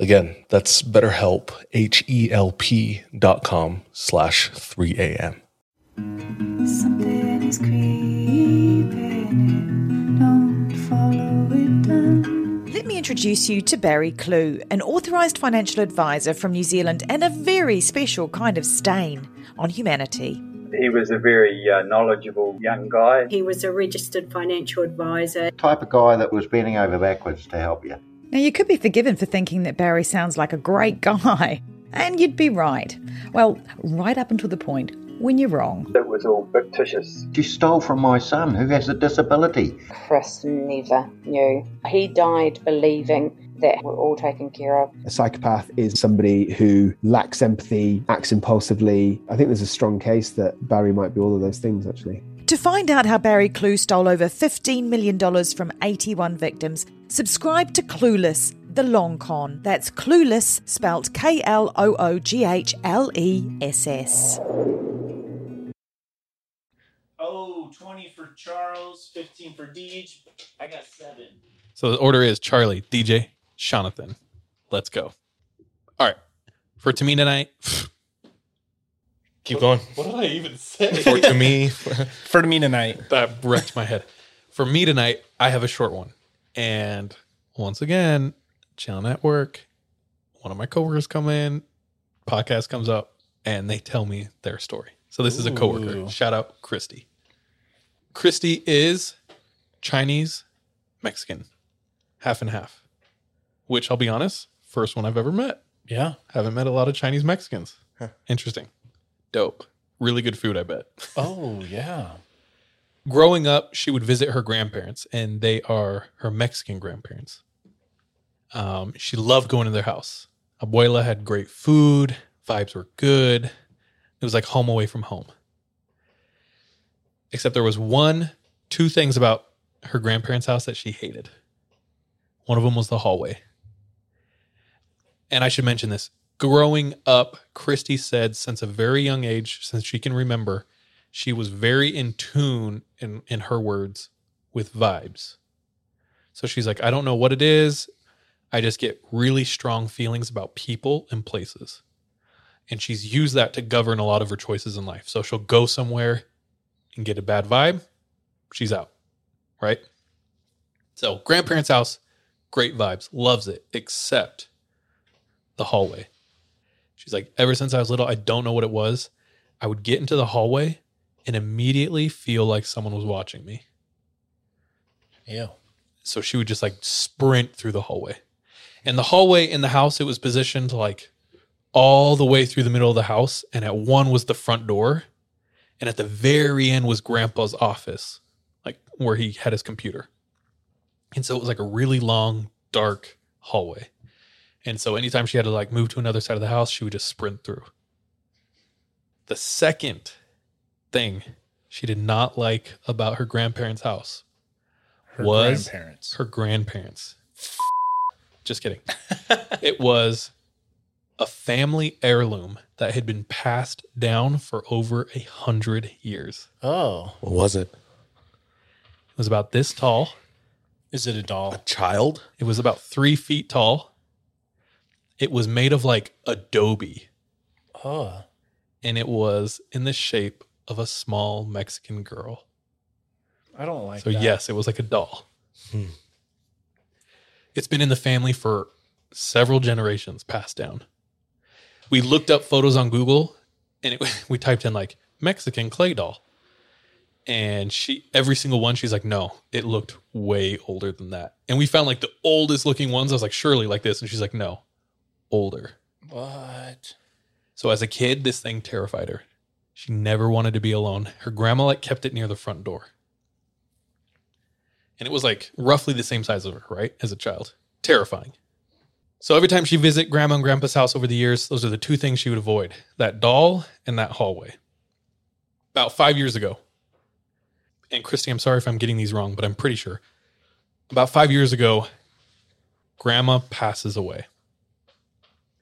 Again, that's BetterHelp, H-E-L-P dot com slash 3 a.m. Something is creeping. Don't follow it down. Let me introduce you to Barry Clue, an authorised financial advisor from New Zealand and a very special kind of stain on humanity. He was a very uh, knowledgeable young guy. He was a registered financial advisor. type of guy that was bending over backwards to help you. Now, you could be forgiven for thinking that Barry sounds like a great guy, and you'd be right. Well, right up until the point when you're wrong. It was all fictitious. She stole from my son who has a disability. Chris never knew. He died believing that we're all taken care of. A psychopath is somebody who lacks empathy, acts impulsively. I think there's a strong case that Barry might be all of those things, actually. To find out how Barry Clue stole over $15 million from 81 victims, subscribe to Clueless, the long con. That's Clueless, spelt K L O O G H L E S S. Oh, 20 for Charles, 15 for Deej. I got seven. So the order is Charlie, DJ, Jonathan. Let's go. All right. For to me tonight, Keep going. what did I even say? For to me, For me tonight. that wrecked my head. For me tonight, I have a short one. And once again, chilling at work, one of my coworkers come in, podcast comes up, and they tell me their story. So this is a coworker. Ooh. Shout out Christy. Christy is Chinese Mexican, half and half. Which I'll be honest, first one I've ever met. Yeah. Haven't met a lot of Chinese Mexicans. Interesting. Dope. Really good food, I bet. Oh, yeah. growing up, she would visit her grandparents, and they are her Mexican grandparents. Um, she loved going to their house. Abuela had great food, vibes were good. It was like home away from home. Except there was one, two things about her grandparents' house that she hated. One of them was the hallway. And I should mention this. Growing up, Christy said since a very young age, since she can remember, she was very in tune in in her words with vibes so she's like i don't know what it is i just get really strong feelings about people and places and she's used that to govern a lot of her choices in life so she'll go somewhere and get a bad vibe she's out right so grandparents house great vibes loves it except the hallway she's like ever since i was little i don't know what it was i would get into the hallway and immediately feel like someone was watching me. Ew. So she would just like sprint through the hallway. And the hallway in the house, it was positioned like all the way through the middle of the house. And at one was the front door. And at the very end was grandpa's office, like where he had his computer. And so it was like a really long dark hallway. And so anytime she had to like move to another side of the house, she would just sprint through. The second thing she did not like about her grandparents' house Her was grandparents. her grandparents. Just kidding. it was a family heirloom that had been passed down for over a hundred years. Oh. What was it? It was about this tall. Is it a doll? A child? It was about three feet tall. It was made of like adobe Oh. and it was in the shape of a small Mexican girl. I don't like so, that. yes, it was like a doll. Hmm. It's been in the family for several generations passed down. We looked up photos on Google and it, we typed in like Mexican clay doll. And she, every single one, she's like, no, it looked way older than that. And we found like the oldest looking ones. I was like, surely like this. And she's like, no, older. What? So as a kid, this thing terrified her. She never wanted to be alone. Her grandma like kept it near the front door. And it was like roughly the same size of her, right? As a child. Terrifying. So every time she visit grandma and grandpa's house over the years, those are the two things she would avoid. That doll and that hallway. About 5 years ago. And Christy, I'm sorry if I'm getting these wrong, but I'm pretty sure. About 5 years ago, grandma passes away.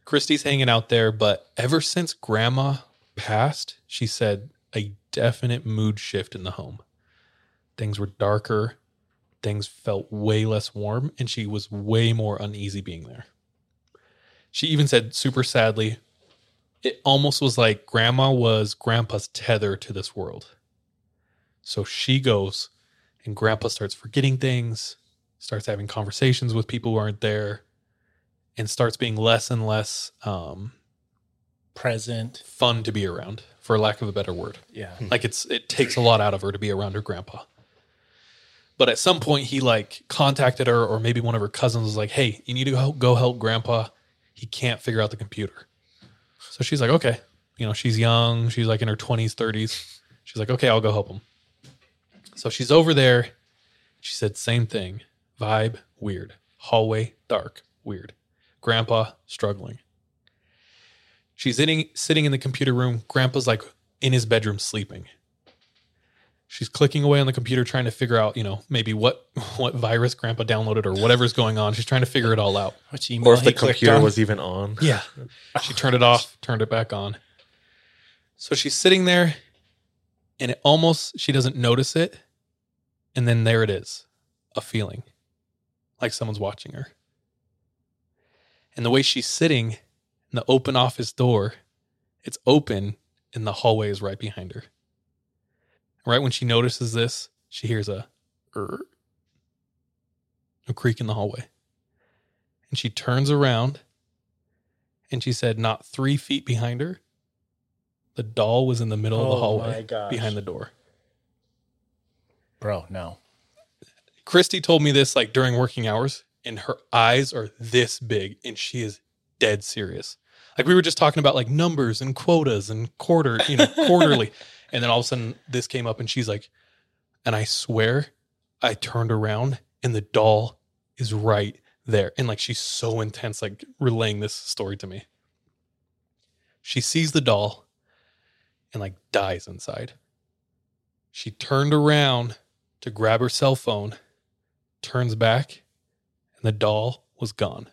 Christy's hanging out there, but ever since grandma passed, she said a definite mood shift in the home. Things were darker, things felt way less warm, and she was way more uneasy being there. She even said super sadly, it almost was like grandma was grandpa's tether to this world. So she goes, and grandpa starts forgetting things, starts having conversations with people who aren't there and starts being less and less um, present, fun to be around, for lack of a better word. Yeah. like it's it takes a lot out of her to be around her grandpa. But at some point, he like contacted her, or maybe one of her cousins was like, "Hey, you need to go, go help grandpa. He can't figure out the computer." So she's like, "Okay." You know, she's young. She's like in her 20s, 30s. She's like, "Okay, I'll go help him." So she's over there. She said, same thing. Vibe, weird. Hallway, dark, weird. Grandpa, struggling. She's sitting, sitting in the computer room. Grandpa's like in his bedroom sleeping. She's clicking away on the computer trying to figure out, you know, maybe what what virus grandpa downloaded or whatever's going on. She's trying to figure it all out. Which email Or if he the clicked computer on. was even on. Yeah. She turned it off, turned it back on. So she's sitting there and it almost she doesn't notice it. And then there it is. A feeling. Like someone's watching her. And the way she's sitting in the open office door, it's open and the hallway is right behind her. Right when she notices this, she hears a "Er," a creak in the hallway. And she turns around and she said, not three feet behind her, the doll was in the middle of the Oh my hallway gosh. behind the door. Bro, no. Christy told me this like during working hours, and her eyes are this big, and she is dead serious. Like we were just talking about like numbers and quotas and quarter, you know, quarterly, and then all of a sudden this came up, and she's like, and I swear, I turned around and the doll is right there, and like she's so intense, like relaying this story to me. She sees the doll, and like dies inside. She turned around to grab her cell phone, turns back, and the doll was gone.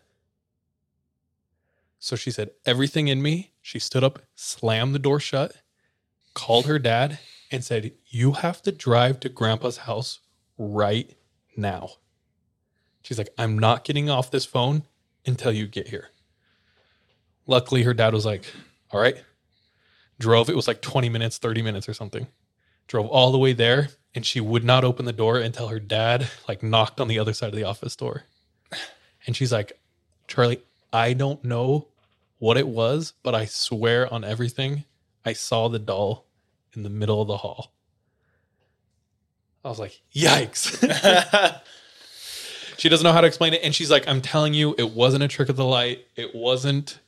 So she said, Everything in me. She stood up, slammed the door shut, called her dad, and said, You have to drive to grandpa's house right now. She's like, I'm not getting off this phone until you get here. Luckily, her dad was like, All right. Drove, it was like 20 minutes, 30 minutes or something drove all the way there and she would not open the door until her dad like knocked on the other side of the office door and she's like charlie i don't know what it was but i swear on everything i saw the doll in the middle of the hall i was like yikes she doesn't know how to explain it and she's like i'm telling you it wasn't a trick of the light it wasn't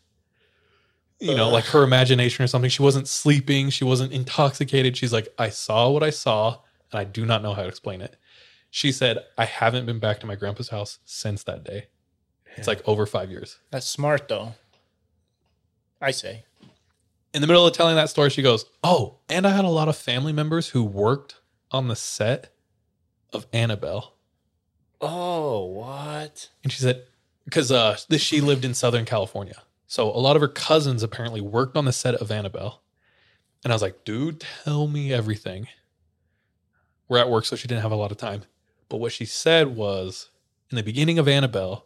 you know, Ugh. like her imagination or something. She wasn't sleeping. She wasn't intoxicated. She's like, I saw what I saw, and I do not know how to explain it. She said, I haven't been back to my grandpa's house since that day. It's like over five years. That's smart though. I say. In the middle of telling that story, she goes, Oh, and I had a lot of family members who worked on the set of Annabelle. Oh, what? And she said, because uh, this, she lived in Southern California. So a lot of her cousins apparently worked on the set of Annabelle. And I was like, dude, tell me everything. We're at work, so she didn't have a lot of time. But what she said was in the beginning of Annabelle,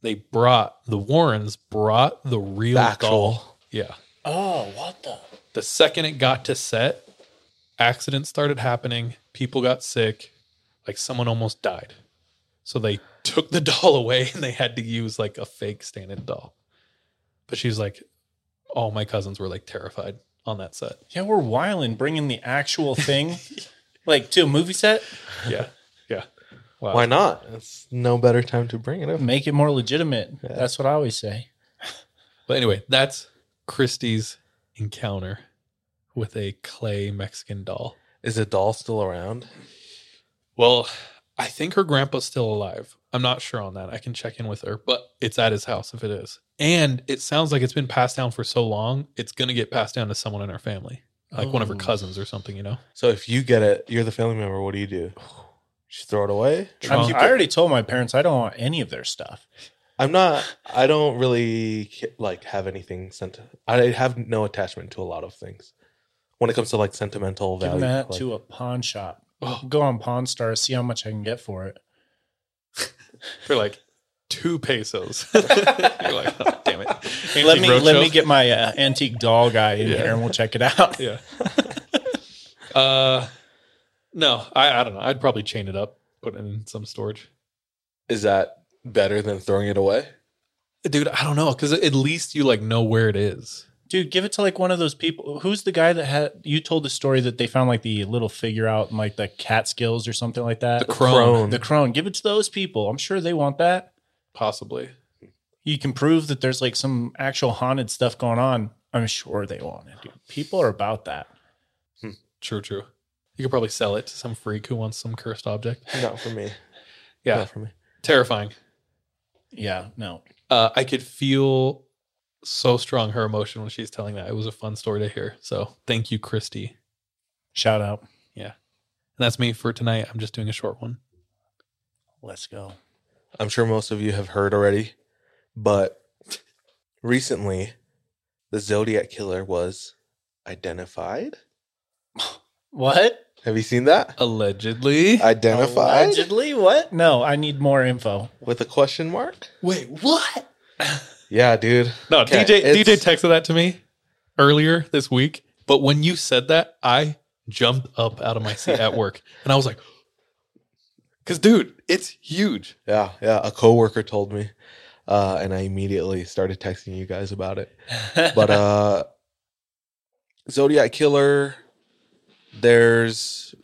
they brought the Warrens brought the real doll. Yeah. Oh, what the? The second it got to set, accidents started happening. People got sick. Like someone almost died. So they took the doll away and they had to use like a fake stand in doll. But she's like, all my cousins were like terrified on that set. Yeah, we're wiling bringing the actual thing like to a movie set. Yeah. Yeah. Wow. Why not? It's no better time to bring it up. Make it more legitimate. That's what I always say. But anyway, that's Christie's encounter with a clay Mexican doll. Is the doll still around? Well, I think her grandpa's still alive. I'm not sure on that. I can check in with her, but it's at his house if it is. And it sounds like it's been passed down for so long, it's going to get passed down to someone in her family, like one of her Oh. cousins or something, you know? So if you get it, you're the family member. What do you do? Just throw it away. I'm- Keep Um, I it- already told my parents I don't want any of their stuff. I'm not. I don't really ca- like have anything sent. I have no attachment to a lot of things when it comes to like sentimental Give value. that like- to a pawn shop. Oh. Go on Pawn Star, see how much I can get for it. For like two pesos. You're like, oh, damn it. let me Antique let Roadshow. me get my uh, antique doll guy in Yeah. here and we'll check it out. Yeah. Uh, no, I, I don't know. I'd probably chain it up, put it in some storage. Is that better than throwing it away? Dude, I don't know. Cause at least you like know where it is. Dude, give it to like one of those people. Who's the guy that had you told the story that they found like the little figure out in like the Catskills or something like that? The crone. crone. The crone. Give it to those people. I'm sure they want that. Possibly. You can prove that there's like some actual haunted stuff going on. I'm sure they want it, dude. People are about that. True, true. You could probably sell it to some freak who wants some cursed object. Not for me. Yeah. Not for me. Terrifying. Yeah, no. Uh, I could feel so strong her emotion when she's telling that. It was a fun story to hear. So thank you, Christy. Shout out. Yeah. And that's me for tonight. I'm just doing a short one. Let's go. I'm sure most of you have heard already, but recently the Zodiac killer was identified. What? Have you seen that? Allegedly. Identified Allegedly, what? No, I need more info. with a question mark? Wait, what? Yeah, dude. No, Okay, DJ DJ it's- texted that to me earlier this week. But when you said that, I jumped up out of my seat at work and I was like, because dude, it's huge. Yeah, yeah. A coworker told me, uh, and I immediately started texting you guys about it. But uh, Zodiac Killer, there's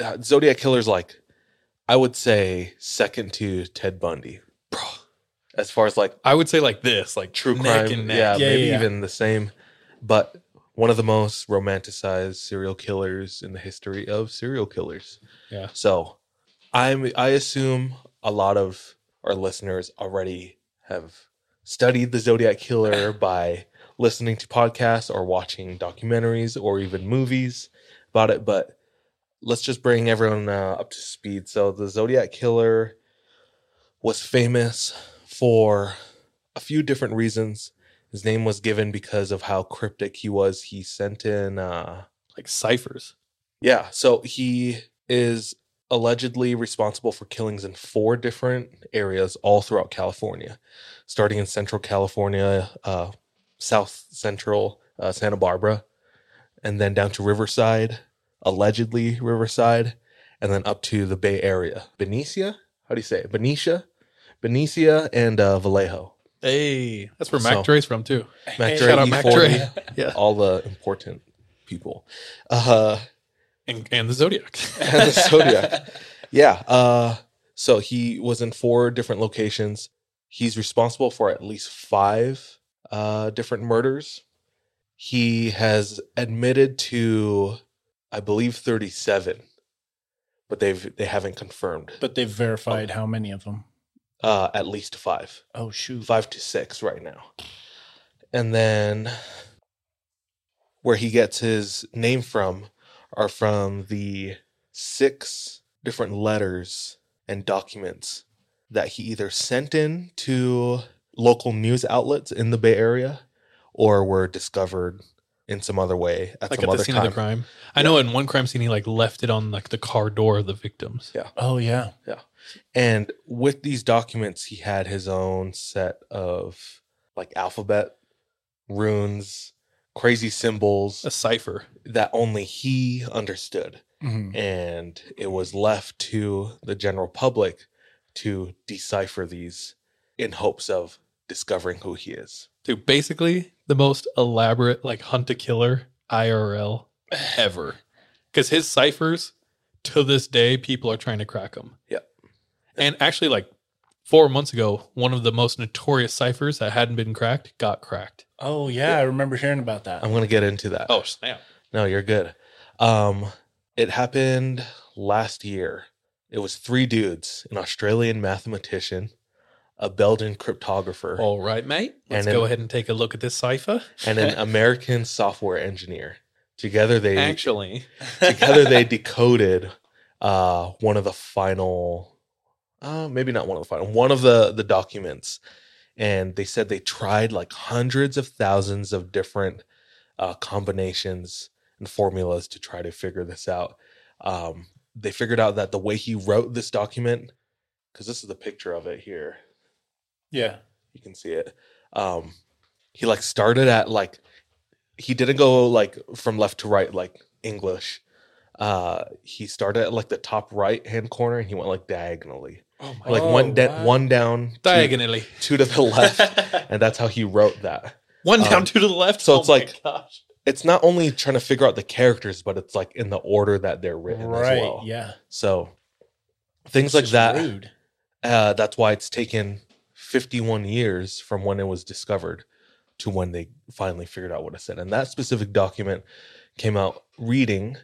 uh, Zodiac Killer's like, I would say second to Ted Bundy, bro. As far as like I would say like this, like true crime, neck and neck. yeah, Yeah, maybe yeah, yeah. even the same, but one of the most romanticized serial killers in the history of serial killers. Yeah. So I'm I assume a lot of our listeners already have studied the Zodiac Killer by listening to podcasts or watching documentaries or even movies about it, but let's just bring everyone uh, up to speed. So the Zodiac Killer was famous for a few different reasons. His name was given because of how cryptic he was. He sent in uh, Like ciphers. yeah, so he is allegedly responsible for killings in four different areas all throughout California, starting in Central California, uh, South Central, uh, Santa Barbara, and then down to Riverside, allegedly Riverside, and then up to the Bay Area. Benicia? How do you say it? Benicia? Benicia and uh, Vallejo. Hey, that's where Mac So- Dre's from too. Mac Dre, Shout out Mac Dre. E40, Yeah. all the important people. Uh, And, and the Zodiac. and the Zodiac. Yeah. Uh, so he was in four different locations. He's responsible for at least five uh, different murders. He has admitted to, I believe, thirty-seven, but they've they haven't confirmed. But they've verified how many of them. uh, at least five. Oh shoot, five to six right now. And then where he gets his name from are from the six different letters and documents that he either sent in to local news outlets in the Bay Area or were discovered in some other way at like some at other the scene time. of the crime. I know in one crime scene he like left it on like the car door of the victims. Yeah. Oh yeah. Yeah. And with these documents, he had his own set of like alphabet, runes, crazy symbols, a cipher that only he understood. Mhm. And it was left to the general public to decipher these in hopes of discovering who he is. Dude, basically the most elaborate like hunt a killer IRL ever. Because his ciphers to this day, people are trying to crack them. Yep. And actually, like four months ago, one of the most notorious ciphers that hadn't been cracked got cracked. Oh yeah, I remember hearing about that. I'm going to get into that. Oh, snap. No, you're good. Um, it happened last year. It was three dudes: an Australian mathematician, a Belgian cryptographer, All right, mate. Let's And go an- ahead and take a look at this cipher. and an American software engineer. Together, they actually, together they decoded uh, one of the final, uh, maybe not one of the final, one of the the documents, and they said they tried like hundreds of thousands of different uh, combinations and formulas to try to figure this out. Um, they figured out that the way he wrote this document, because this is the picture of it here Yeah. you can see it. Um, he like started at like he didn't go like from left to right like English. Uh, he started at like the top right hand corner and he went like diagonally, Oh like one de- one down two- Diagonally. two, to the left, and that's how he wrote that. One Um, down, two to the left. So Oh it's my like it's not only trying to figure out the characters, but it's like in the order that they're written Right, as well. yeah. So things That's just like that. rude. Uh, that's why it's taken 51 years from when it was discovered to when they finally figured out what it said. And that specific document came out reading,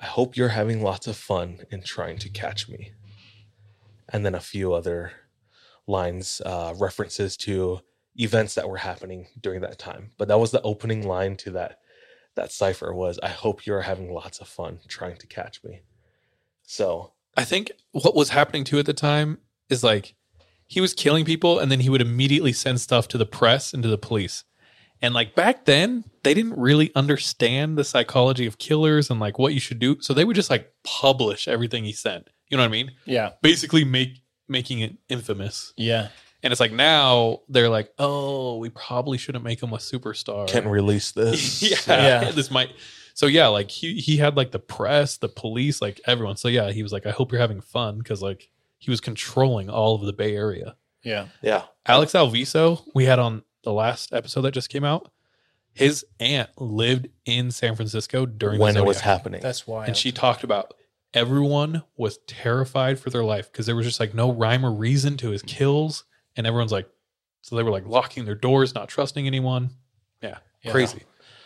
I hope you're having lots of fun in trying to catch me. And then a few other lines, uh, references to events that were happening during that time. But that was the opening line to that that cipher was I hope you're having lots of fun trying to catch me. So I think what was happening too at the time is like he was killing people and then he would immediately send stuff to the press and to the police. And like back then, they didn't really understand the psychology of killers and like what you should do. So they would just like publish everything he sent. You know what I mean? Yeah. Basically make making it infamous. Yeah. And it's like now they're like, oh, we probably shouldn't make him a superstar. can't release this. yeah, Yeah. this might. So yeah, like he he had like the press, the police, like everyone. So yeah, he was like, I hope you're having fun because like he was controlling all of the Bay Area. Yeah. Yeah. Alex Alviso, we had on the last episode that just came out. His aunt lived in San Francisco during the When it was Zodiac. happening. That's wild. and she talked about everyone was terrified for their life because there was just like no rhyme or reason to his kills, and everyone's like, so they were like locking their doors, not trusting anyone. Yeah, Yeah. crazy.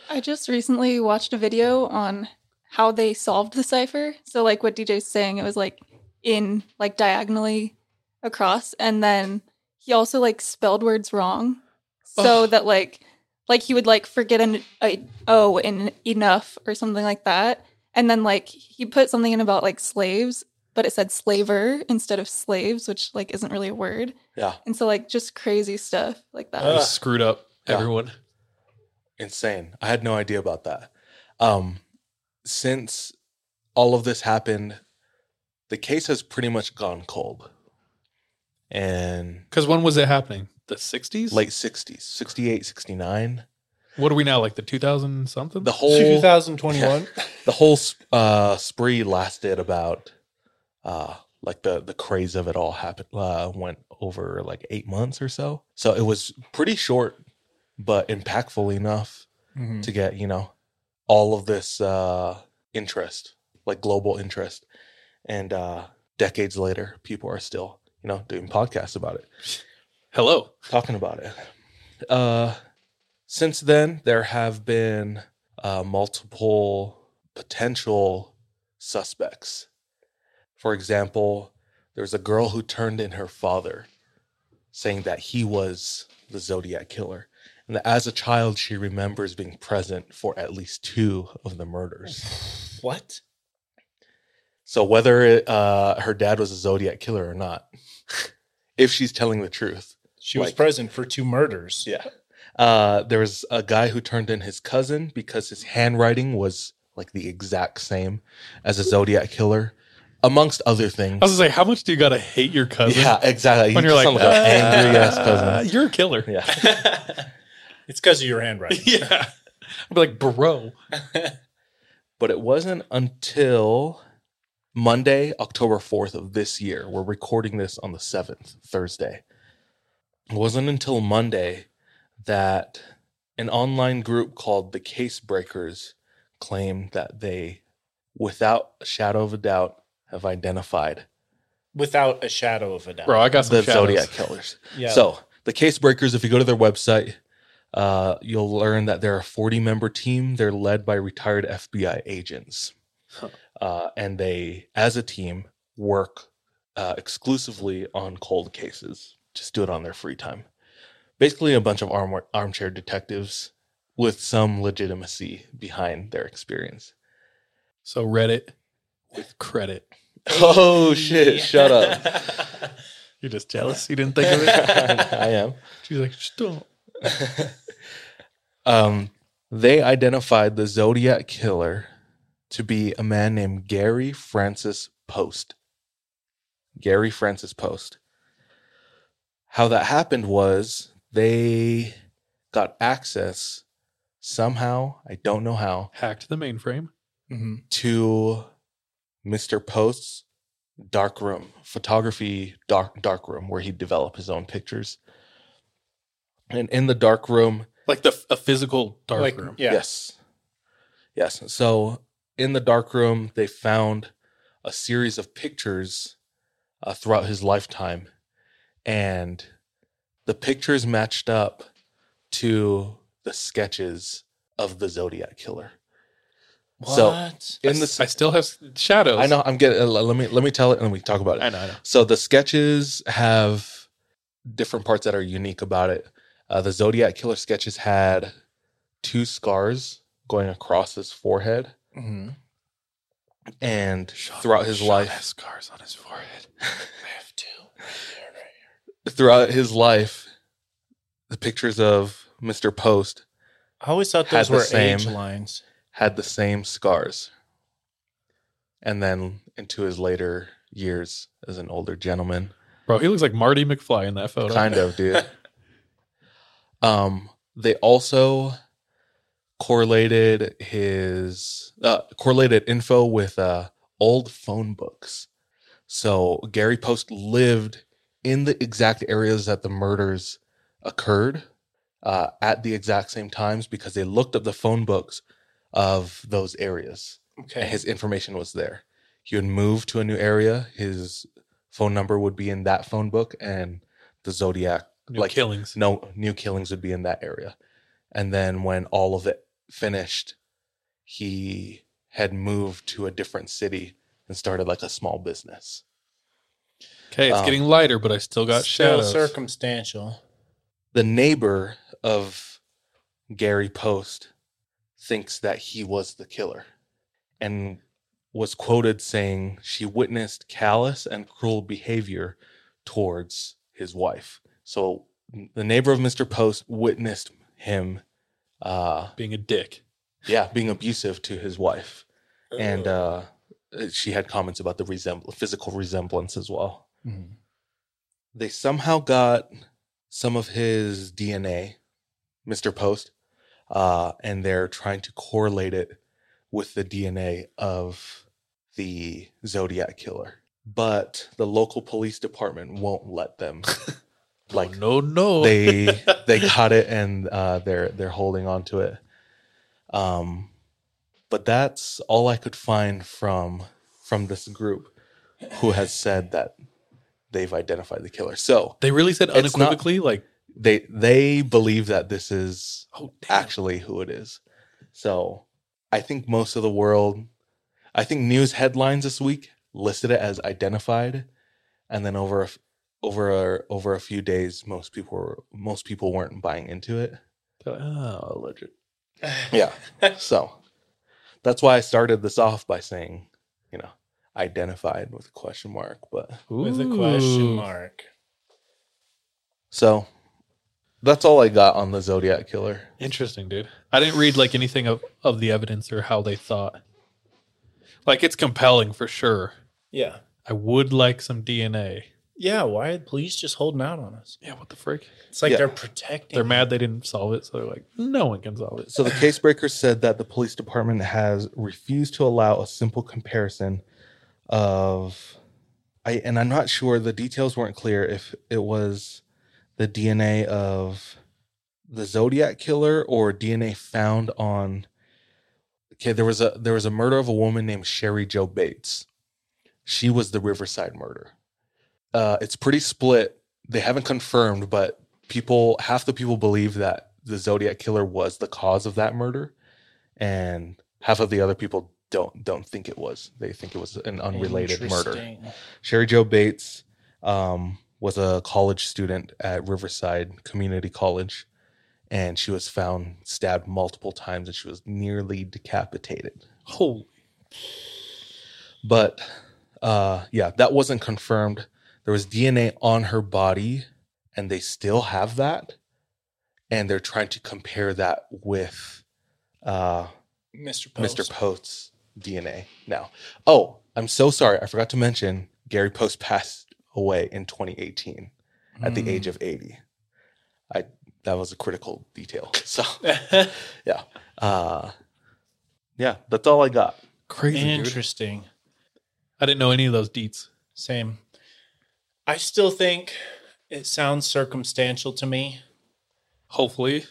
I just recently watched a video on how they solved the cipher. So like what DJ's saying, it was like in like diagonally across and then he also like spelled words wrong. So that like like he would like forget an a O in enough or something like that. And then like he put something in about like slaves, but it said slaver instead of slaves, which like isn't really a word. Yeah. And so like just crazy stuff like that. They screwed up Yeah. everyone. insane. I had no idea about that. Um, since all of this happened, the case has pretty much gone cold. And Because when was it happening? The 60s? late 60s, 68, 69. What are we now, like the 2000 something? The whole 2021? the whole uh, spree lasted about uh, like the the craze of it all happened uh, went over like eight months or so. So it was pretty short, but impactful enough Mhm. to get you know all of this uh, interest, like global interest, and uh, decades later, people are still you know doing podcasts about it. Hello, talking about it. Uh, since then, there have been uh, multiple potential suspects. For example, there was a girl who turned in her father saying that he was the Zodiac killer. And that as a child, she remembers being present for at least two of the murders. What? So, whether uh, her dad was a Zodiac killer or not, if she's telling the truth, She was like- present for two murders. Yeah. Uh, there was a guy who turned in his cousin because his handwriting was like the exact same as a Zodiac killer, amongst other things. I was gonna say, how much do you gotta hate your cousin? Yeah, exactly. When You you're just like, sound like an angry ass "Uh, cousin." you're a killer. Yeah. It's because of your handwriting. yeah. I'd be like, bro. but it wasn't until Monday, October 4th of this year. We're recording this on the 7th, Thursday. It wasn't until Monday that an online group called the Case Breakers claimed that they, without a shadow of a doubt, have identified Without a shadow of a doubt. the Zodiac killers. Yeah. So the Case Breakers, if you go to their website, uh, you'll learn that they're a 40 member team. They're led by retired FBI agents. Uh, and they, as a team, work uh, exclusively on cold cases, just do it on their free time. Basically, a bunch of arm- armchair detectives with some legitimacy behind their experience. So Reddit with credit. Oh, shit. Shut up. You're just jealous. You didn't think of it. I am. She's like, stop. Um, they identified the Zodiac killer to be a man named Gary Francis Post. Gary Francis Post. How that happened was they got access somehow, I don't know how, Hacked the mainframe. to Mr. Post's dark room, photography dark dark room where he'd develop his own pictures. And in the dark room, Like the a physical dark Like, room. yeah. Yes. Yes. So in the dark room, they found a series of pictures uh, throughout his lifetime, and the pictures matched up to the sketches of the Zodiac killer. What? in the I still have shadows. I know. I'm getting. uh, Let me let me tell it, and then we can talk about it. I know, I know. So the sketches have different parts that are unique about it. Uh, the Zodiac killer sketches had two scars going across his forehead, Mhm. and throughout his Sean life, has scars on his forehead. I have two. throughout his life, the pictures of Mister Post I always thought Had those the were same. age lines. had the same scars. And then into his later years as an older gentleman, Bro, he looks like Marty McFly in that photo. Kind of, dude. um, they also correlated his uh, correlated info with uh, old phone books. So Gary Post lived in the exact areas that the murders occurred uh, at the exact same times because they looked up the phone books of those areas. Okay. And his information was there. He would move to a new area. His phone number would be in that phone book, and the Zodiac New killings. No new killings would be in that area. And then when all of it finished, he had moved to a different city and started like a small business. Okay, it's Um, getting lighter, but I still got Still shadows. circumstantial. the neighbor of Gary Post thinks that he was the killer and was quoted saying she witnessed callous and cruel behavior towards his wife. So the neighbor of Mr. Post witnessed him uh, being a dick. Yeah, being abusive to his wife. And uh, she had comments about the resemb- physical resemblance as well Mm-hmm. they somehow got some of his DNA, Mr. Post, uh, and they're trying to correlate it with the DNA of the Zodiac killer. But the local police department won't let them. Like Oh, no, no, they they got it and uh, they're they're holding on to it. Um, but that's all I could find from from this group who has said that they've identified the killer. So They really said it's not- unequivocally, like they they believe that this is actually who it is. So I think most of the world, I think news headlines this week listed it as identified, and then over a f- over a, over a few days, most people were, most people weren't buying into it. They're like, oh, legit. yeah. So that's why I started this off by saying, you know, identified with a question mark, but With a question mark. So that's all I got on the Zodiac killer. Interesting, dude. I didn't read like anything of, of the evidence or how they thought. Like it's compelling for sure. Yeah. I would like some DNA. Yeah. Why are the police just holding out on us? Yeah. What the frick? It's like Yeah. they're protecting. They're mad they didn't solve it, so they're like, no one can solve it. So the case breaker said that the police department has refused to allow a simple comparison of I and I'm not sure the details weren't clear if it was the DNA of the Zodiac killer or DNA found on okay there was a there was a murder of a woman named Sherry Joe Bates. She was the Riverside murder. Uh, it's pretty split. They haven't confirmed, but people half the people believe that the Zodiac killer was the cause of that murder, and half of the other people don't don't think it was. They think it was an unrelated murder. Interesting. Sherry Joe Bates um, was a college student at Riverside Community College, and she was found stabbed multiple times, and she was nearly decapitated. Holy. But uh, yeah, that wasn't confirmed. There was DNA on her body, and they still have that, and they're trying to compare that with uh, Mr. Post. Mr. Post's DNA now. Oh, I'm so sorry. I forgot to mention Gary Post passed away in 2018 at the Mm. age of 80. I that was a critical detail. So yeah. Uh yeah, that's all I got. Crazy. Interesting. I didn't know any of those deets. Same. I still think it sounds circumstantial to me. Hopefully.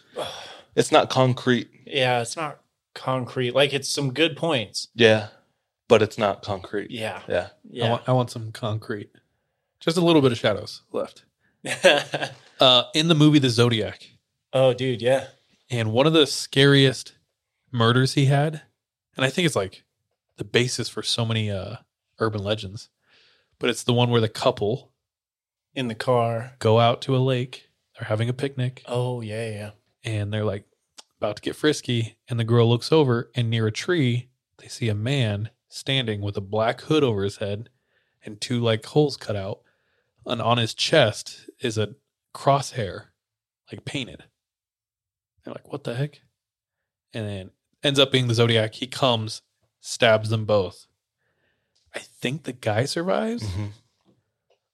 It's not concrete. Yeah, it's not concrete. Like it's some good points. Yeah. But it's not concrete. Yeah. Yeah. I, Yeah. want, I want some concrete. Just a little bit of shadows left. uh, in the movie The Zodiac, Oh, dude. Yeah. and one of the scariest murders he had, and I think it's like the basis for so many uh, urban legends, but it's the one where the couple In the car. go out to a lake, they're having a picnic, Oh, yeah. Yeah. and they're like about to get frisky, and the girl looks over, and near a tree, they see a man standing with a black hood over his head and two like holes cut out, and on his chest is a crosshair, like painted. They're like, what the heck? And then ends up being the Zodiac. He comes, stabs them both. I think the guy survives. Mhm.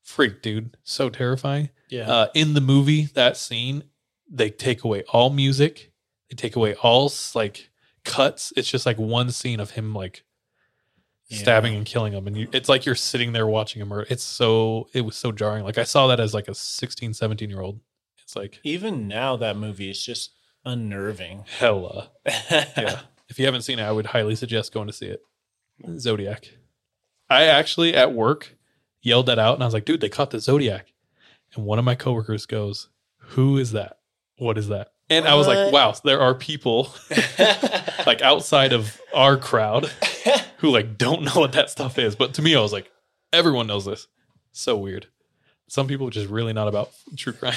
Freak, dude. So terrifying. Yeah. Uh, in the movie, that scene, they take away all music, they take away all s- like cuts. It's just like one scene of him like stabbing and killing them and you, it's like you're sitting there watching a murder it's so it was so jarring like i saw that as like a 16 17 year old it's like Even now, that movie is just unnerving. hella yeah if you haven't seen it i would highly suggest going to see it zodiac i actually at work yelled that out and i was like dude they caught the zodiac and one of my coworkers goes who is that what is that and i was like What? wow there are people like outside of our crowd who like don't know what that stuff is. But to me, I was like, everyone knows this. So weird. Some people are just really not about true crime.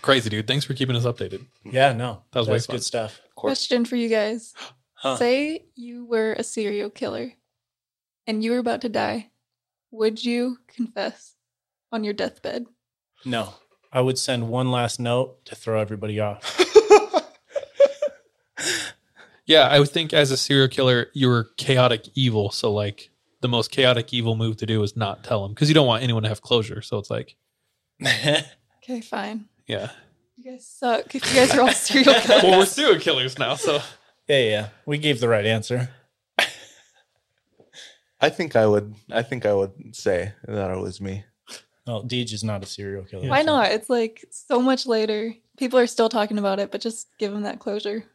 Crazy dude. Thanks for keeping us updated. Yeah. No. Hmm. That was way that's fun. good stuff. Of course. Question for you guys. Huh. Say you were a serial killer and you were about to die. Would you confess on your deathbed? No. I would send one last note to throw everybody off. Yeah, I would think as a serial killer, you were chaotic evil. So like the most chaotic evil move to do is not tell him because you don't want anyone to have closure. So it's like, Okay, fine. yeah. You guys suck. If you guys are all serial killers. well, we're serial killers now, so Yeah. Yeah. We gave the right answer. I think I would I think I would say that it was me. No, Deej is not a serial killer. Why not? It's like so much later. People are still talking about it, but just give them that closure.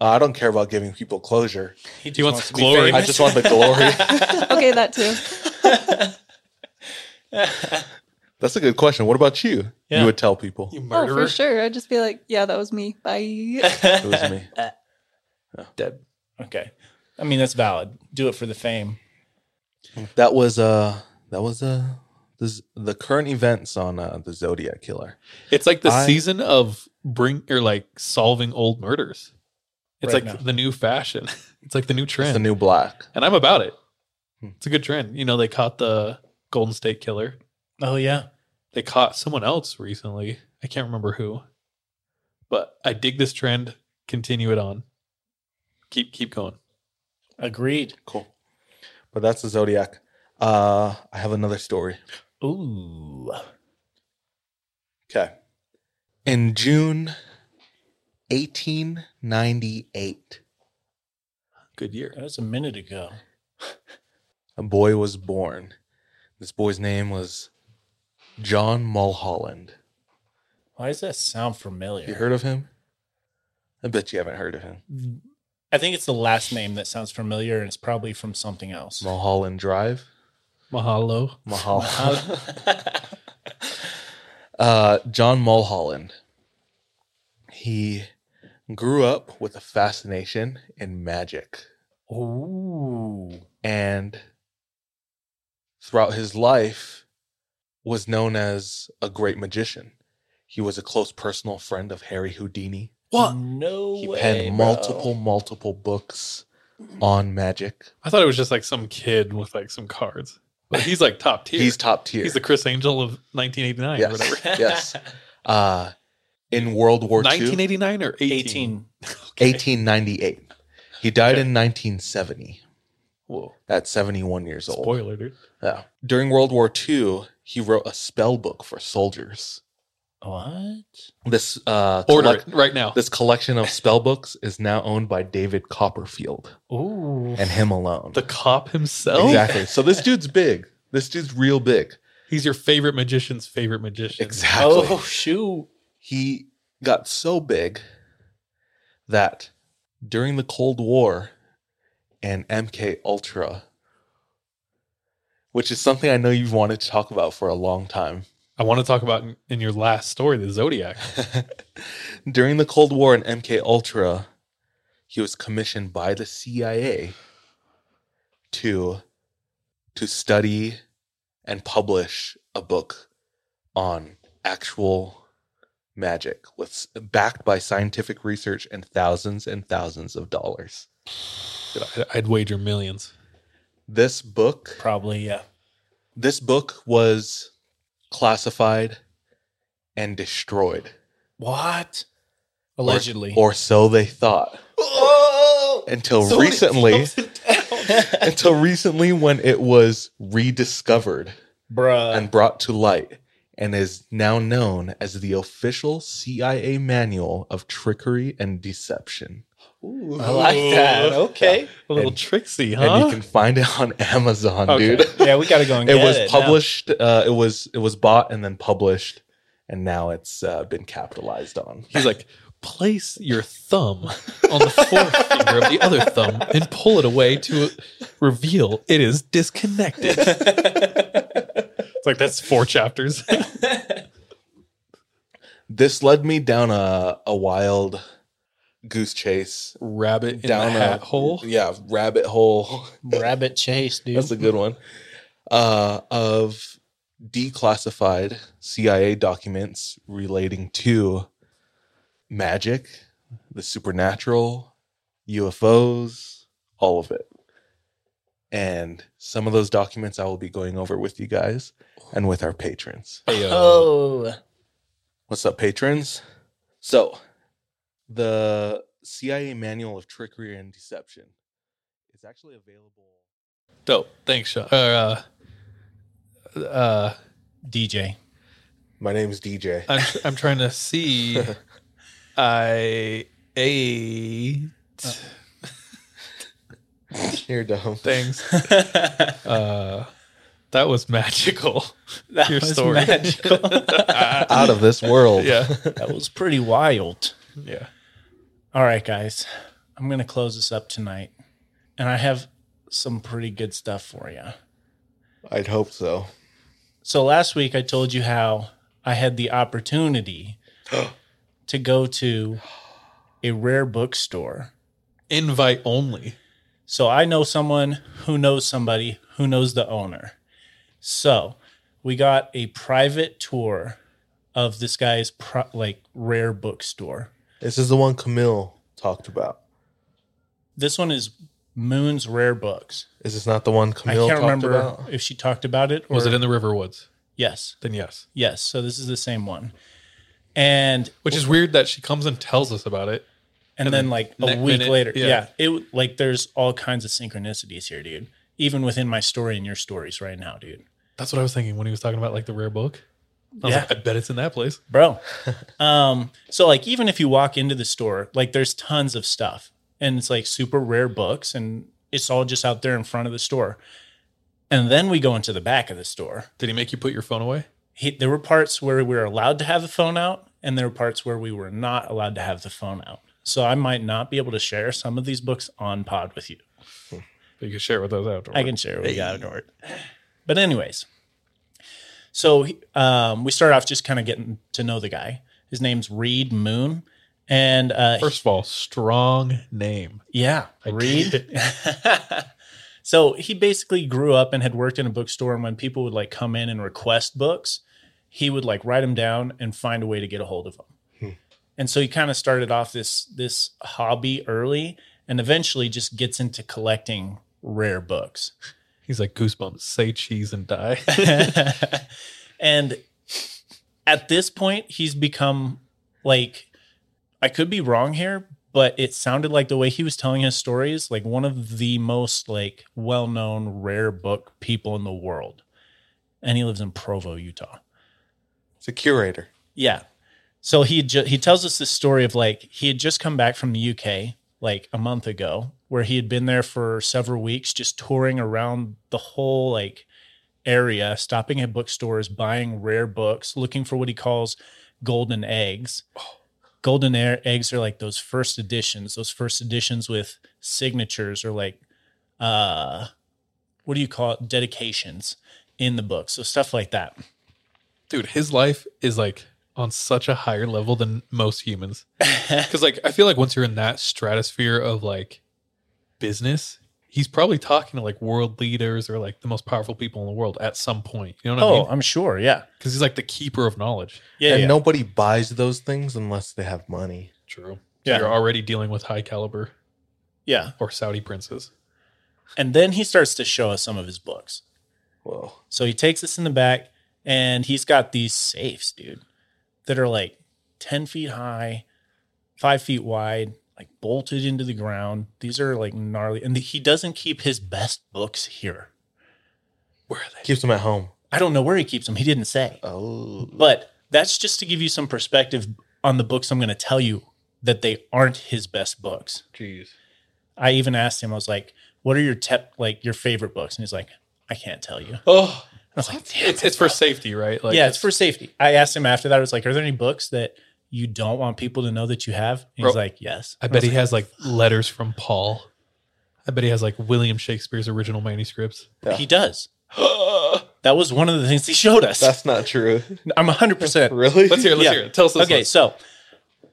Uh, I don't care about giving people closure. He, just wants wants to be glory. I famous. just want the glory. okay, that too. That's a good question. What about you? Yeah. You would tell people. you Oh, murderer. for sure. I'd just be like, yeah, that was me. Bye. It was me. Dead. Okay. I mean, that's valid. Do it for the fame. That was uh that was uh the This, the current events on uh, the Zodiac Killer. It's like the I- season of bring or like solving old murders. It's Right like now. the new fashion. It's like the new trend. It's the new Hmm. black. and I'm about it. It's a good trend. You know, they caught the Golden State Killer. Oh yeah. They caught someone else recently. I can't remember who. But I dig this trend. Continue it on. Keep keep going. Agreed. Cool. But that's the Zodiac. Uh, I have another story. Ooh. Okay. In June 1898, Good year. That was a minute ago. a boy was born. This boy's name was John Mulholland. Why does that sound familiar? You heard of him? I bet you haven't heard of him. I think it's the last name that sounds familiar, and it's probably from something else. Mulholland Drive. Mahalo. Mulholland. uh, John Mulholland. He grew up with a fascination in magic. Ooh. and throughout his life was known as a great magician. He was a close personal friend of Harry Houdini. What? No He way. penned bro. multiple, multiple books on magic. I thought it was just like some kid with like some cards. But he's like top tier. He's top tier. He's the Chris Angel of 1989 or whatever. yes. yes. Uh, in World War II, 1989 or 18? 18. 1898. He died in 1970 Whoa. at 71 years old. Spoiler, dude. Yeah. During World War II, he wrote a spell book for soldiers. What? This uh, Order collect- it right now. This collection of spell books is now owned by David Copperfield Ooh. and him alone. The Oh. cop himself? Exactly. So this dude's big. This dude's real big. He's your favorite magician's favorite magician. Exactly. Oh shoot. He got so big that during the Cold War and MK Ultra, which is something I know you've wanted to talk about for a long time. I want to talk about in, in your last story, the Zodiac. During the Cold War and MK Ultra, he was commissioned by the CIA to to study and publish a book on actual magic with s- backed by scientific research and thousands and thousands of dollars. Dude, I- I'd wager millions. This book Probably yeah. this book was classified and destroyed. What? Or- Allegedly. Or, so they thought. Until Somebody recently, thumbs it down. until recently when it was rediscovered Bruh. and brought to light and is now known as the official CIA manual of trickery and deception. Ooh. I like that. Okay. A little And- tricksy, huh? And you can find it on Amazon, Okay. dude. Yeah, we gotta go and it get was it now. published uh, it was it was bought and then published and now it's uh, been capitalized on. He's like, place your thumb on the fourth finger of the other thumb and pull it away to reveal it is disconnected. it's like that's four chapters. this led me down a, a wild goose chase Rabbit in down the hat hole. yeah rabbit hole Rabbit chase, dude. that's a good one uh of declassified cia documents relating to magic the supernatural ufos all of it and some of those documents i will be going over with you guys and with our patrons uh, oh. What's up, patrons? So, the CIA Manual of Trickery and Deception is actually available. Dope. oh, Thanks, Sean. Uh, uh, DJ. My name's DJ. I'm I'm trying to see. I ate You're dumb. things. uh, that was magical. That Your was story. magical. that Out of this world. Yeah, was pretty wild. yeah. All right, guys. I'm going to close this up tonight. And I have some pretty good stuff for you. I'd hope so. So last week I told you how I had the opportunity to go to a rare bookstore. Invite only. So I know someone who knows somebody who knows the owner. So we got a private tour of this guy's pro- like rare bookstore. This is the one Camille talked about. This one is Moon's Rare Books. Is this not the one Camille I can't talked remember about? if she talked about it. Was it in the River Woods? Yes. Then yes. Yes. So this is the same one. And Which is weird that she comes and tells us about it. and, then, like a next week minute- later, yeah. it like there's all kinds of synchronicities here, dude. Even within my story and your stories right now, dude, That's what I was thinking when he was talking about like the rare book. I was Yeah. like, I bet it's in that place. bro. um, so like even if you walk into the store, like there's tons of stuff, and it's like super rare books, and it's all just out there in front of the store. And then we go into the back of the store. Did he make you put your phone away? He, there were parts where we were allowed to have the phone out, and there were parts where we were not allowed to have the phone out. So I might not be able to share some of these books on pod with you. But you can share it with us afterwards. I can share what we got afterward. But anyways, so um, we start off just kind of getting to know the guy. His name's Reed Moon, and uh, First of all, strong name. yeah, Reed. so he basically grew up and had worked in a bookstore, and when people would like come in and request books, he would like write them down and find a way to get a hold of them. And so he kind of started off this this hobby early, and eventually just gets into collecting rare books. He's like goosebumps. Say cheese and die. and at this point, he's become like, I could be wrong here, but it sounded like the way he was telling his stories, like one of the most like well-known rare book people in the world. And he lives in Provo, Utah. It's a curator. Yeah. So he ju- he tells us this story of like he had just come back from the UK like a month ago, where he had been there for several weeks, just touring around the whole like area, stopping at bookstores, buying rare books, looking for what he calls golden eggs. Golden air eggs are like those first editions. Those first editions with signatures or like uh what do you call it? Dedications in the book. So stuff like that. Dude, his life is like on such a higher level than most humans. Because like I feel like once you're in that stratosphere of like business, he's probably talking to like world leaders or like the most powerful people in the world at some point. You know what I oh, mean? I'm sure, yeah. Because he's like the keeper of knowledge. Yeah, and yeah. nobody buys those things unless they have money. True. Yeah. yeah. You're already dealing with high caliber Yeah. or Saudi princes. And then he starts to show us some of his books. Whoa. So he takes us in the back and he's got these safes, dude, that are like 10 feet high, five feet wide, like bolted into the ground. These are like gnarly. And he doesn't keep his best books here. Keeps them at home. I don't know where he keeps them. He didn't say. Oh. But that's just to give you some perspective on the books I'm going to tell you that they aren't his best books. Jeez. I even asked him, I was like, what are your tep- like your favorite books? And he's like, I can't tell you. Oh, I was like, it's, it's for safety, right? Like, yeah, it's for safety. I asked him after that. I was like, "Are there any books that you don't want people to know that you have?" And he's Bro, like, "Yes." I And bet was he has like letters from Paul. I bet he has like William Shakespeare's original manuscripts. like, He does. that was one of the things he showed us. That's not true. I'm 100 percent Really? Let's hear. it, Let's hear. it. Tell us. This okay, one. so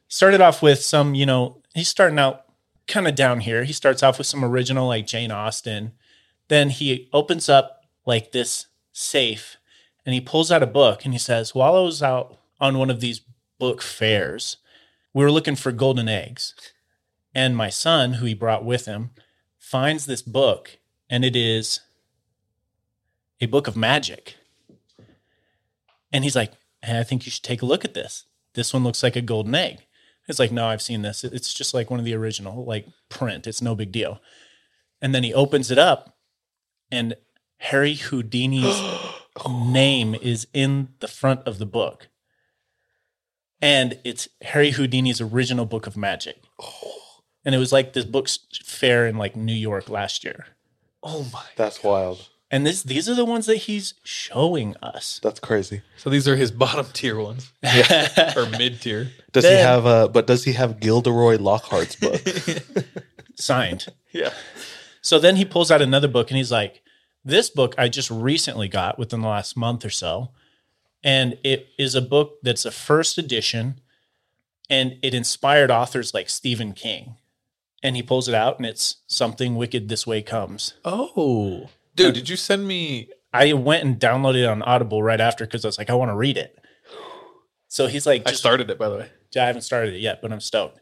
started off with some, you know, he's starting out kind of down here. He starts off with some original like Jane Austen. Then he opens up like this safe and he pulls out a book and he says, While I was out on one of these book fairs, we were looking for golden eggs. And my son, who he brought with him, finds this book and it is a book of magic. And he's like, hey, I think you should take a look at this. This one looks like a golden egg. It's like, no, I've seen this. It- It's just like one of the original, like print. It's no big deal. And then he opens it up, and Harry Houdini's name is in the front of the book. And it's Harry Houdini's original book of magic. And it was like this book's fair in like New York last year. Oh my. That's wild. And this these are the ones that he's showing us. That's crazy. So these are his bottom tier ones or mid tier. Does he Then- have a? But does he have Gilderoy Lockhart's book? Signed. Yeah. So then he pulls out another book and he's like, This book I just recently got within the last month or so. And it is a book that's a first edition and it inspired authors like Stephen King. And he pulls it out and it's Something Wicked This Way Comes. Oh, dude, did you send me? I went and downloaded it on Audible right after because I was like, I want to read it. So he's like, I started it by the way. I haven't started it yet, but I'm stoked.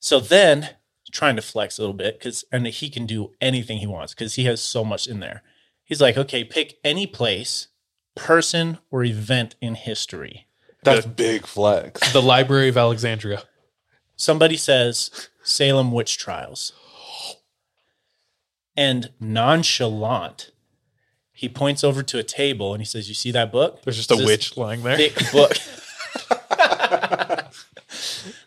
So then trying to flex a little bit because and he can do anything he wants because he has so much in there. He's like, okay, pick any place, person, or event in history. That's big flex. The Library of Alexandria. Somebody says Salem witch trials. And nonchalant, he points over to a table and he says, You see that book? There's just a witch lying there. Thick book.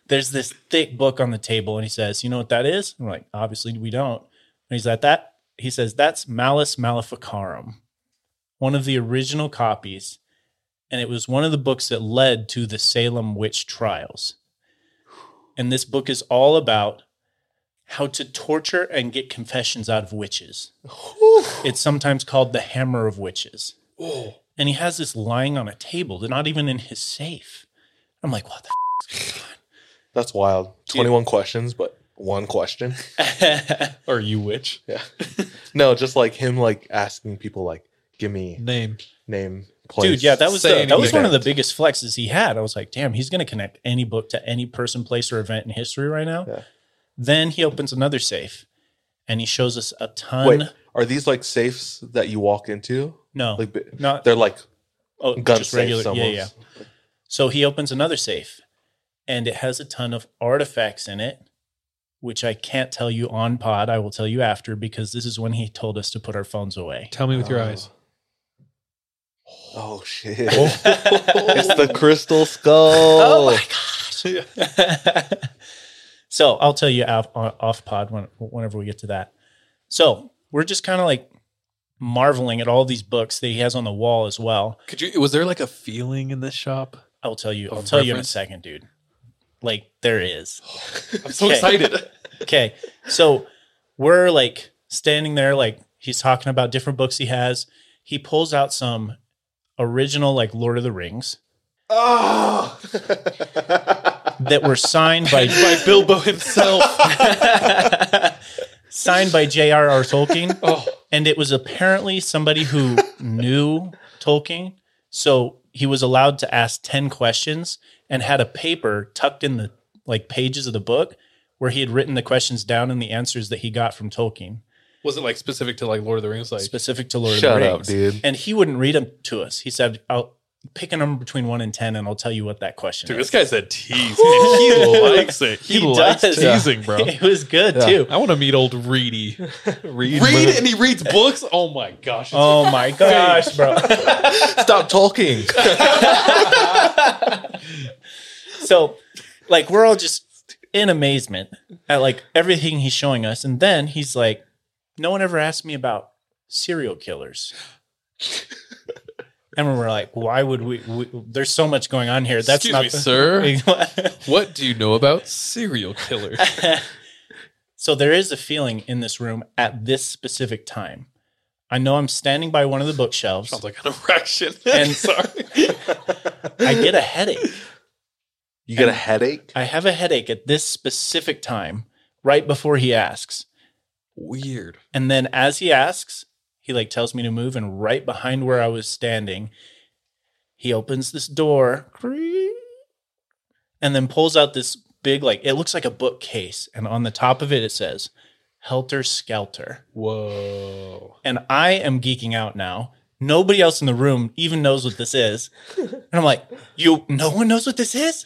There's this thick book on the table, and he says, You know what that is? I'm like, obviously we don't. And he's like, That he says, That's Malus Maleficarum, one of the original copies. And it was one of the books that led to the Salem witch trials. And this book is all about how to torture and get confessions out of witches. It's sometimes called the hammer of witches. And he has this lying on a table. They're not even in his safe. I'm like, what the? F-? That's wild. 21 questions, but one question. Are you witch? Yeah. No, just like him like asking people like, give me name. Name place. Dude, yeah, that was Say the, that was one of the anything. biggest flexes he had. I was like, damn, he's going to connect any book to any person, place, or event in history right now. Then he opens another safe, and he shows us a ton. Wait, are these like safes that you walk into? No, Like bi- not- they're like Oh, gun just safes regular. Yeah, almost. yeah. So he opens another safe, and it has a ton of artifacts in it, which I can't tell you on pod. I will tell you after because this is when he told us to put our phones away. Tell me with your eyes. Oh shit. it's the crystal skull. Oh my So I'll tell you off, off pod when, whenever we get to that. So we're just kind of like marveling at all these books that he has on the wall as well. Could you was there like a feeling in this shop? I'll tell you. Of I'll tell you in a reference? second, dude. Like there is. I'm so excited. okay. So we're like standing there, like he's talking about different books he has. He pulls out some original, like Lord of the Rings Ah! Oh that were signed by By Bilbo himself. signed by J.R.R. Tolkien. Oh. And it was apparently somebody who knew Tolkien. So he was allowed to ask 10 questions and had a paper tucked in the like pages of the book where he had written the questions down and the answers that he got from Tolkien was it like specific to like Lord of the Rings? Like specific to Lord of Shut the up, Rings. dude. And he wouldn't read them to us. He said, I'll pick a number between one and 10 and I'll tell you what that question Dude, is. this guy's a tease. man. he likes it. He, likes does. teasing, bro. It was good too. I want to meet old Reedy. Read, Reed and he reads books. Oh my gosh! it's- Oh my gosh, bro. Stop talking. so like we're all just in amazement at like everything he's showing us and then he's like no one ever asked me about serial killers and we're like why would we, we there's so much going on here that's Excuse not me, sir What do you know about serial killers? so there is a feeling in this room at this specific time i know i'm standing by one of the bookshelves Sounds like an erection. And- sorry. i get a headache You get a headache? i have a headache at this specific time right before he asks Weird. And then as he asks, he like tells me to move, and right behind where I was standing, he opens this door and then pulls out this big, like it looks like a bookcase. And on the top of it, it says Helter Skelter. Whoa. And I am geeking out now. Nobody else in the room even knows what this is. And I'm like, you, no one knows what this is?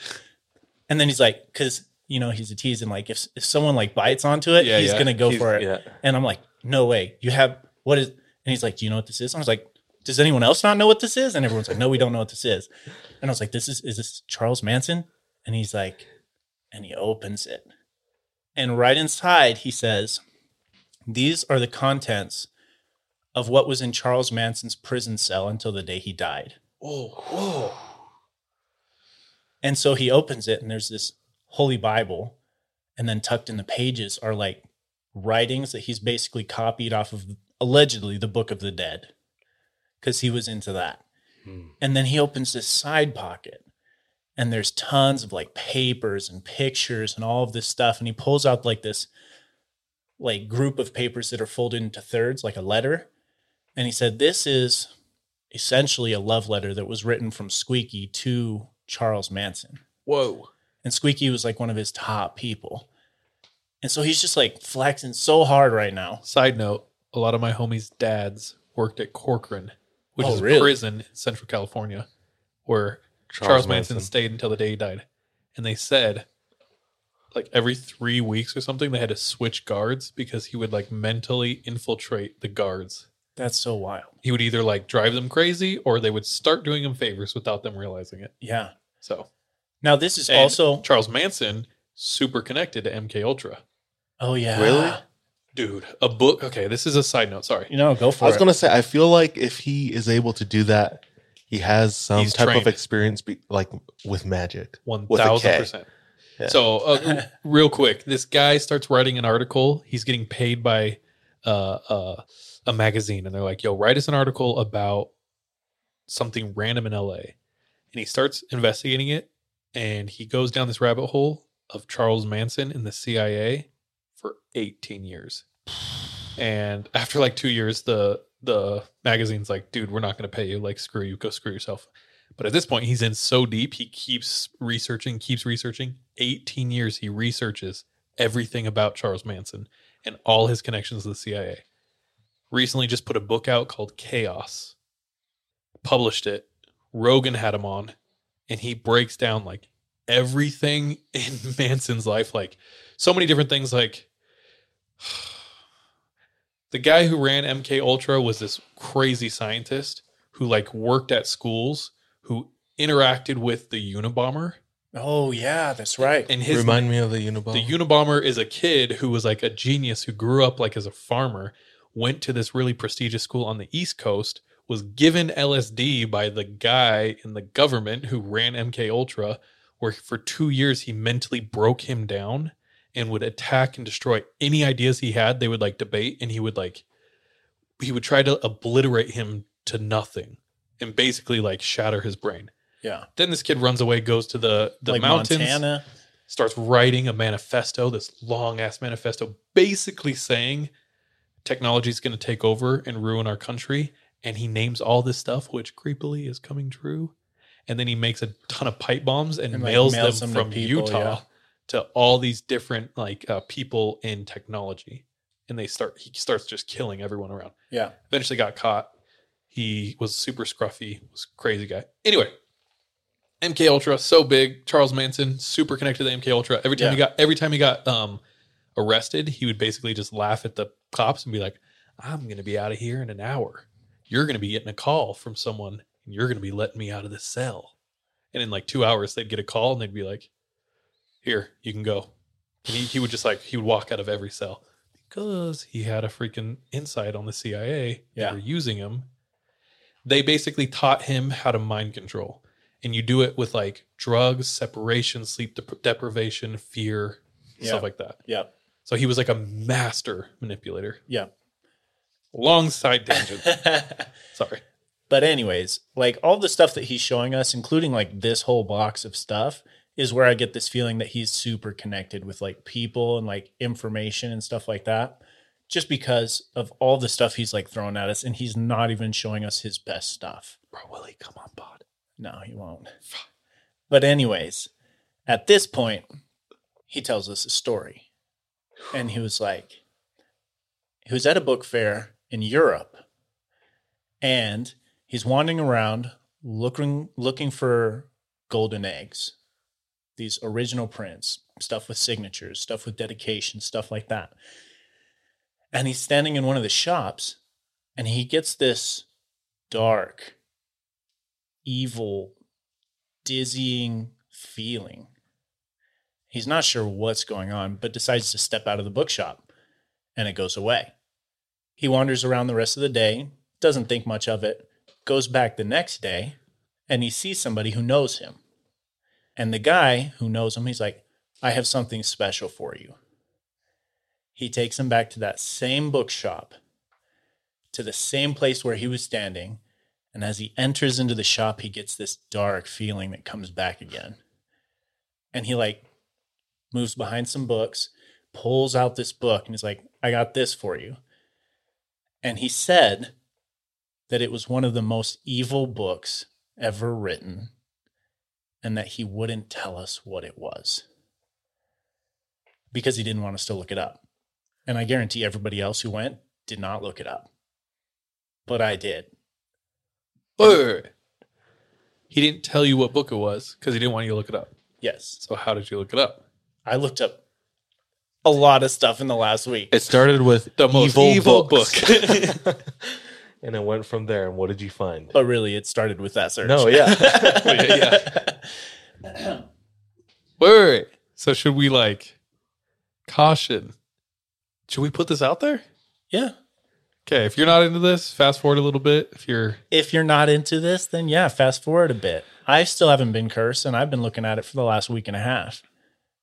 And then he's like, because, you know, he's a tease. And like, if, if someone like bites onto it, Yeah, he's yeah. going to go He's- for it. yeah. And I'm like, no way. You have, what is, and he's like, do you know what this is? And I was like, does anyone else not know what this is? And everyone's like, no, we don't know what this is. And I was like, this is, is this Charles Manson? And he's like, and he opens it. And right inside, he says, These are the contents of what was in Charles Manson's prison cell until the day he died. Oh, whoa. And so he opens it, and there's this Holy Bible. And then tucked in the pages are like writings that he's basically copied off of allegedly the Book of the Dead because he was into that. And then he opens this side pocket, and there's tons of like papers and pictures and all of this stuff. And he pulls out like this like group of papers that are folded into thirds, like a letter. And he said, This is essentially a love letter that was written from Squeaky to Charles Manson. Whoa. And Squeaky was like one of his top people. And so he's just like flexing so hard right now. Side note, a lot of my homies' dads worked at Corcoran, which Oh, is really? a prison in Central California, where Charles, Charles Manson, Manson. stayed until the day he died. And they said, like every three weeks or something, they had to switch guards because he would like mentally infiltrate the guards. That's so wild. He would either like drive them crazy or they would start doing him favors without them realizing it. Yeah. So Now this is and also Charles Manson, super connected to MK Ultra. Oh yeah. Dude, a book. Okay, this is a side note. Sorry. You know, go for I was it. gonna say, I feel like if he is able to do that, he has some He's type trained. of experience, be, like with magic, One with a K. thousand percent. Yeah. So, uh, real quick, this guy starts writing an article. He's getting paid by uh, uh, a magazine, and they're like, "Yo, write us an article about something random in LA." And he starts investigating it, and he goes down this rabbit hole of Charles Manson and the CIA for eighteen years. And after like two years, the the magazine's like, "Dude, we're not going to pay you. Like, screw you. Go screw yourself." But at this point, he's in so deep, he keeps researching, keeps researching. 18 years he researches everything about Charles Manson and all his connections to the CIA. Recently just put a book out called Chaos, published it. Rogan had him on, and he breaks down like everything in Manson's life, like so many different things, like the guy who ran MK Ultra was this crazy scientist who like worked at schools who interacted with the Unabomber. Oh yeah, that's right. And his Remind me of the Unabomber. the Unabomber is a kid who was like a genius who grew up like as a farmer, went to this really prestigious school on the East Coast, was given LSD by the guy in the government who ran MK Ultra, where for two years he mentally broke him down and would attack and destroy any ideas he had. They would like debate and he would like he would try to obliterate him to nothing and basically like shatter his brain. Yeah. Then this kid runs away, goes to the the Like mountains, Montana. starts writing a manifesto, this long ass manifesto, basically saying technology is going to take over and ruin our country. And he names all this stuff, which creepily is coming true. And then he makes a ton of pipe bombs and, And, like, mails, mails them, them to from people, Utah yeah. to all these different like uh, people in technology. And they start he starts just killing everyone around. Yeah. Eventually got caught. He was super scruffy, was a crazy guy. Anyway, MK Ultra so big. Charles Manson super connected to MK Ultra. Every time Yeah. he got every time he got um arrested, he would basically just laugh at the cops and be like, "I'm going to be out of here in an hour. You're going to be getting a call from someone, and you're going to be letting me out of the cell." And in like two hours, they'd get a call and they'd be like, "Here, you can go." And he, he would just like he would walk out of every cell because he had a freaking insight on the CIA. Yeah. They were using him. They basically taught him how to mind control. And you do it with like drugs, separation, sleep dep- deprivation, fear, Yeah. stuff like that. Yeah. So he was like a master manipulator. Yeah. Long side tangent. Sorry. But anyways, like all the stuff that he's showing us, including like this whole box of stuff, is where I get this feeling that he's super connected with like people and like information and stuff like that. Just because of all the stuff he's like throwing at us, and he's not even showing us his best stuff. Bro, will he come on pod? No, he won't. But anyways, at this point, he tells us a story. And he was like, he was at a book fair in Europe. And he's wandering around looking looking for golden eggs. These original prints, stuff with signatures, stuff with dedication, stuff like that. And he's standing in one of the shops and he gets this dark, evil dizzying feeling. He's not sure what's going on, but decides to step out of the bookshop and it goes away. He wanders around the rest of the day, doesn't think much of it, goes back the next day, and he sees somebody who knows him. And the guy who knows him, he's like, I have something special for you. He takes him back to that same bookshop, to the same place where he was standing, and as he enters into the shop, he gets this dark feeling that comes back again. And he like moves behind some books, pulls out this book, and he's like, I got this for you. And he said that it was one of the most evil books ever written and that he wouldn't tell us what it was because he didn't want us to look it up. And I guarantee everybody else who went did not look it up. But I did. Bird. He didn't tell you what book it was because he didn't want you to look it up. Yes. So how did you look it up? I looked up a lot of stuff in the last week. It started with The most evil, evil books. book. and it went from there. And what did you find? But really, it started with that search. No, yeah. Bird. So should we like caution? Should we put this out there? Yeah. Okay, if you're not into this, fast forward a little bit. If you're If you're not into this, then yeah, fast forward a bit. I still haven't been cursed, and I've been looking at it for the last week and a half.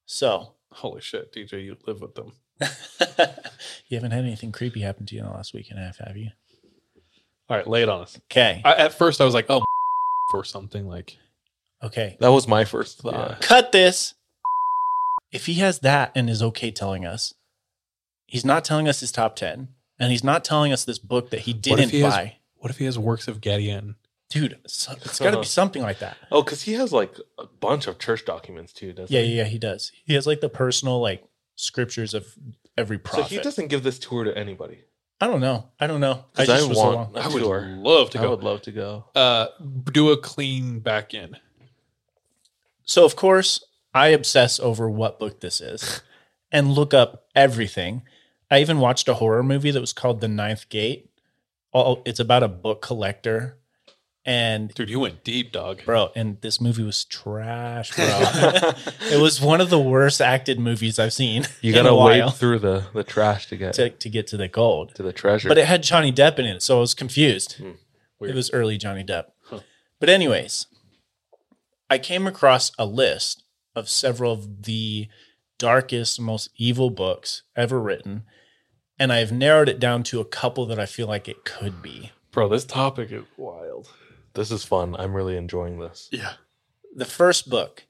So holy shit, DJ, you live with them. you haven't had anything creepy happen to you in the last week and a half, have you? All right, lay it on us. Okay. I, at first, I was like, oh, or something like Okay. That was my first thought. Cut this. If he has that and is okay telling us, he's not telling us his top 10, and he's not telling us this book that he What if didn't he has- buy. what if he has works of Gedian? Dude, so, it's got to be something like that. Oh, because he has like a bunch of church documents too, doesn't Yeah, he? yeah, yeah, he does. He has like the personal like scriptures of every So prophet. he doesn't give this tour to anybody. I don't know. I don't know. Because I, just was want along. a I would tour. love to I go. would love to go. Uh, do a clean back end. So of course, I obsess over what book this is and look up everything. I even watched a horror movie that was called The Ninth Gate. Oh, it's about a book collector and Dude, you went deep, dog. bro, and this movie was trash, bro. it was one of the worst acted movies I've seen. You in gotta a wade while through the the trash to get to, to get to the gold. to the treasure. But it had Johnny Depp in it, so I was confused. Hmm. Weird. It was early Johnny Depp. But anyways, I came across a list of several of the darkest, most evil books ever written, and I've narrowed it down to a couple that I feel like it could be. Bro, this topic is wild. this is fun. I'm really enjoying this. Yeah. The first book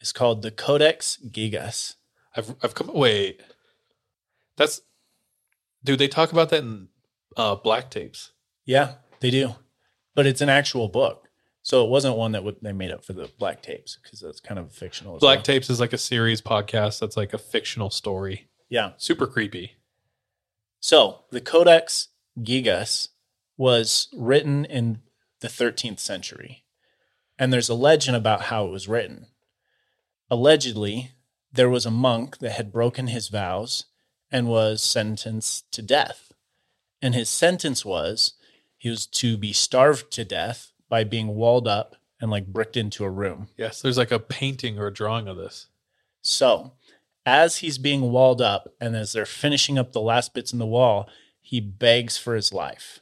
is called The Codex Gigas. I've I've come wait. That's dude, they talk about that in uh black tapes. Yeah, they do. But it's an actual book. So it wasn't one that would, they made up for the black tapes because that's kind of fictional. as Black well. Tapes is like a series podcast that's like a fictional story. Yeah. Super creepy. So the Codex Gigas was written in the 13th century. And there's a legend about how it was written. Allegedly, there was a monk that had broken his vows and was sentenced to death. And his sentence was he was to be starved to death by being walled up and like bricked into a room. Yes, there's like a painting or a drawing of this. So, as he's being walled up and as they're finishing up the last bits in the wall, he begs for his life.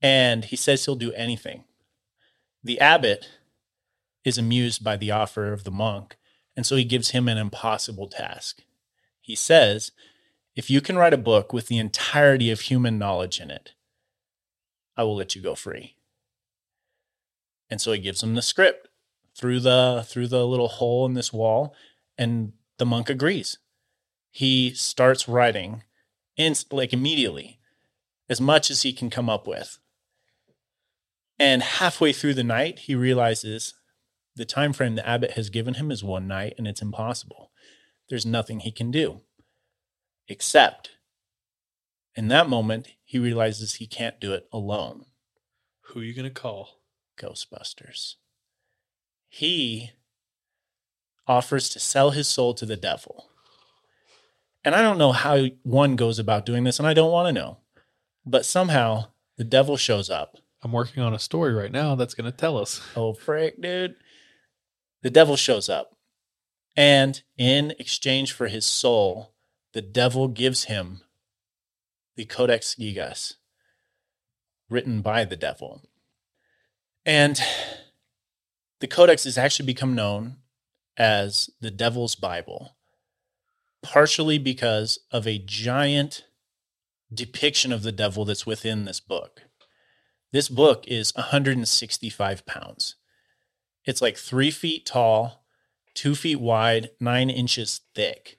And he says he'll do anything. The abbot is amused by the offer of the monk, and so he gives him an impossible task. He says, If you can write a book with the entirety of human knowledge in it, I will let you go free. And so he gives him the script through the through the little hole in this wall and the monk agrees. He starts writing inst- like immediately as much as he can come up with. And halfway through the night, he realizes the time frame the abbot has given him is one night and it's impossible. There's nothing he can do. Except in that moment, he realizes he can't do it alone. Who are you gonna call? Ghostbusters. He offers to sell his soul to the devil. And I don't know how one goes about doing this, and I don't want to know. But somehow the devil shows up. I'm working on a story right now that's gonna tell us. Oh, frick, dude. The devil shows up. And in exchange for his soul, the devil gives him the Codex Gigas, written by the devil. And the Codex has actually become known as the Devil's Bible, partially because of a giant depiction of the devil that's within this book. This book is 165 pounds. It's like three feet tall, two feet wide, nine inches thick.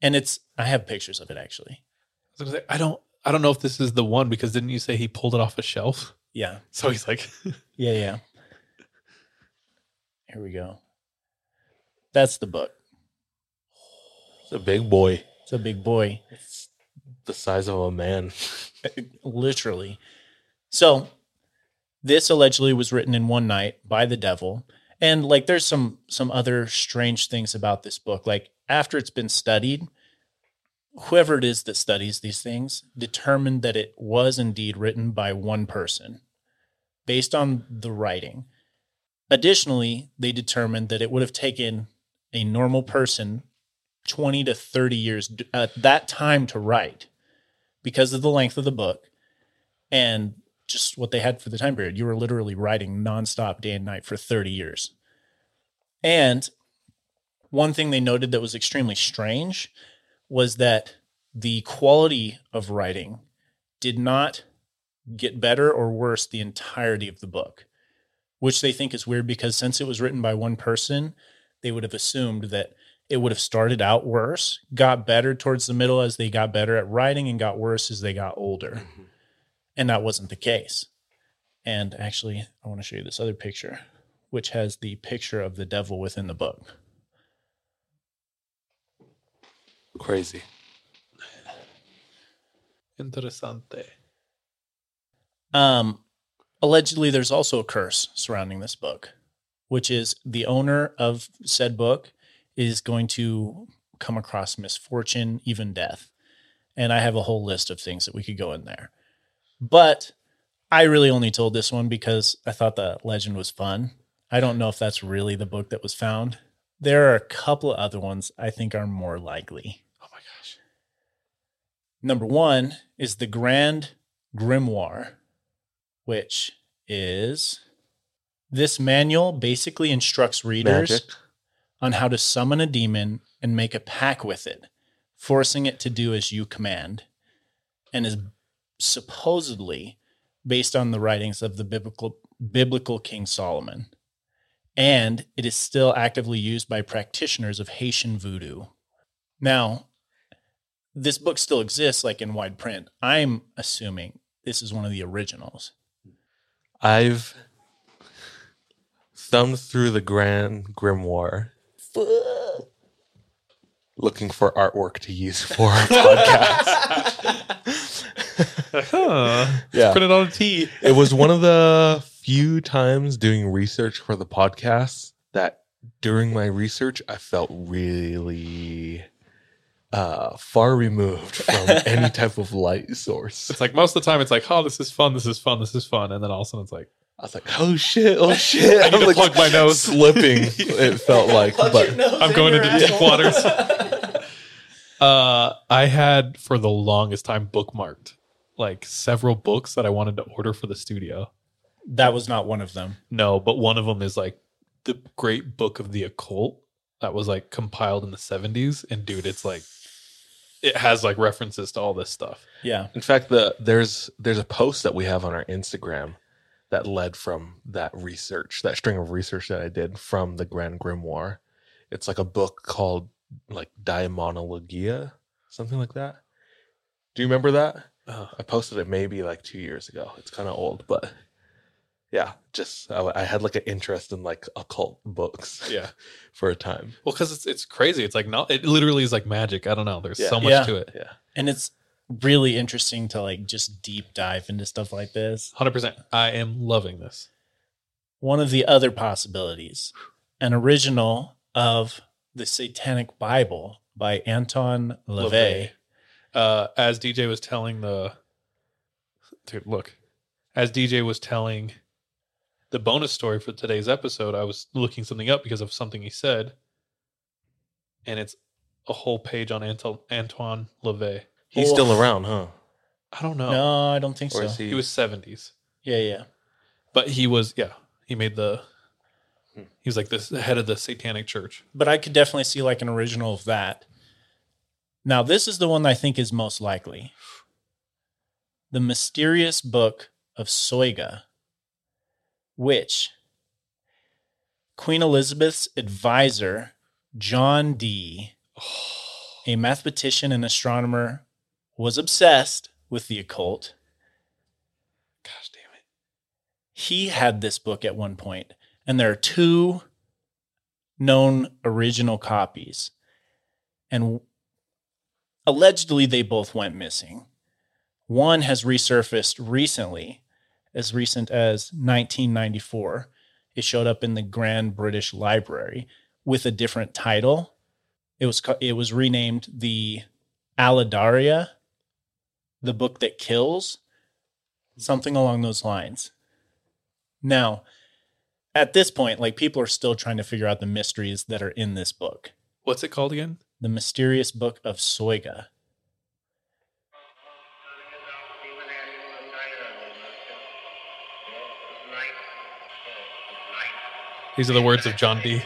And it's, I have pictures of it actually. I was gonna say, I don't I don't know if this is the one because didn't you say he pulled it off a shelf? Yeah. So he's like, Yeah, yeah. Here we go. That's the book. It's a big boy, It's a big boy. It's the size of a man. literally. So, this allegedly was written in one night by the devil, and like there's some some other strange things about this book. Like after it's been studied, whoever it is that studies these things determined that it was indeed written by one person based on the writing. Additionally, they determined that it would have taken a normal person 20 to 30 years d- at that time to write because of the length of the book and just what they had for the time period. You were literally writing nonstop day and night for 30 years. And one thing they noted that was extremely strange was that the quality of writing did not get better or worse the entirety of the book, which they think is weird because since it was written by one person, they would have assumed that it would have started out worse, got better towards the middle as they got better at writing, and got worse as they got older. And that wasn't the case. And actually, I want to show you this other picture, which has the picture of the devil within the book. Crazy. Interessante. Um, allegedly, there's also a curse surrounding this book, which is the owner of said book is going to come across misfortune, even death. And I have a whole list of things that we could go in there. But I really only told this one because I thought the legend was fun. I don't know if that's really the book that was found. There are a couple of other ones I think are more likely. Oh my gosh. Number one is the Grand Grimoire which is this manual basically instructs readers Magic. on how to summon a demon and make a pact with it, forcing it to do as you command, and is supposedly based on the writings of the biblical biblical King Solomon. And it is still actively used by practitioners of Haitian voodoo. Now, this book still exists like in wide print. I'm assuming this is one of the originals. I've thumbed through the Grand Grimoire looking for artwork to use for our podcast. yeah. Put it on a T. it was one of the few times doing research for the podcast that during my research I felt really uh far removed from any type of light source. It's like most of the time, it's like, oh, this is fun, this is fun, this is fun, and then all of a sudden, it's like, I was like, oh shit, oh shit. I need to plug my nose. Slipping, it felt like, but I'm going into deep waters. uh, I had for the longest time bookmarked like several books that I wanted to order for the studio. That was not one of them. No, but one of them is like the Great Book of the Occult that was like compiled in the 70s. And dude, it's like, it has like references to all this stuff. Yeah. In fact, the there's there's a post that we have on our Instagram that led from that research, that string of research that I did from the Grand Grimoire. It's like a book called like Daimonologia, something like that. Do you remember that? I posted it maybe like two years ago. It's kind of old, but yeah, just I, I had like an interest in like occult books. Yeah. for a time. Well, because it's, it's crazy. It's like, no, it literally is like magic. I don't know. There's Yeah. so much Yeah. to it. Yeah. And it's really interesting to like just deep dive into stuff like this. 100%. I am loving this. One of the other possibilities, an original of the Satanic Bible by Anton LaVey. Uh, as DJ was telling the dude, look, as DJ was telling the bonus story for today's episode, I was looking something up because of something he said, and it's a whole page on Anton Antoine LaVey. He's still around, huh? I don't know. No, I don't think Oh. so. Or is he, was seventies, Yeah, yeah. but he was yeah. He made the he was like this the head of the Satanic Church. But I could definitely see like an original of that. Now, this is the one I think is most likely. The Mysterious Book of Soiga, which Queen Elizabeth's advisor, John Dee, a mathematician and astronomer, was obsessed with the occult. Gosh damn it. He had this book at one point, and there are two known original copies. And allegedly, they both went missing. One has resurfaced recently, as recent as 1994. It showed up in the Grand British Library with a different title. It was ca- it was renamed the Alidaria, the book that kills, something along those lines. Now, at this point, like people are still trying to figure out the mysteries that are in this book. What's it called again? The Mysterious Book of Soiga. These are the words of John D.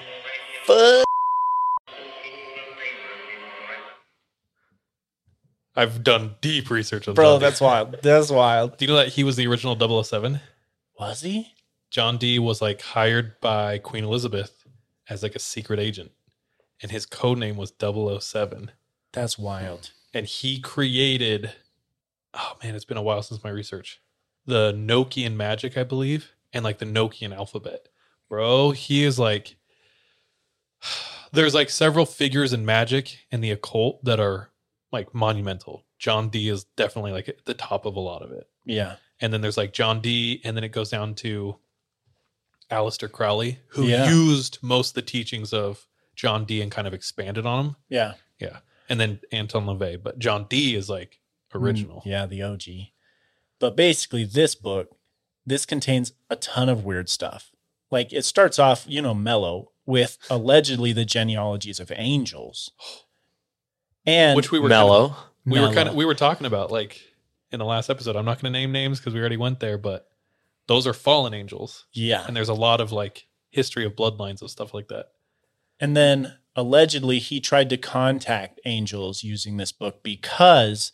I've done deep research on Bro, John D. that's wild. That's wild. Do you know that he was the original 007? Was he? John D was like hired by Queen Elizabeth as like a secret agent, and his code name was 007. That's wild. And he created, oh man, it's been a while since my research, the Nokian magic, I believe, and like the Nokian alphabet. Bro, he is like, there's like several figures in magic and the occult that are like monumental. John D is definitely like at the top of a lot of it Yeah. and then there's like John D, and then it goes down to Aleister Crowley, who Yeah. used most of the teachings of John D and kind of expanded on them. Yeah. Yeah. And then Anton LaVey, but John D is like original. Mm, yeah, the OG. But basically, this book, this contains a ton of weird stuff. Like it starts off, you know, mellow with allegedly the genealogies of angels. And Which we were Mellow. Kind of, we were kind Mellow. of we were talking about like in the last episode. I'm not going to name names because we already went there, but those are fallen angels, yeah. and there's a lot of like history of bloodlines of stuff like that. And then allegedly he tried to contact angels using this book because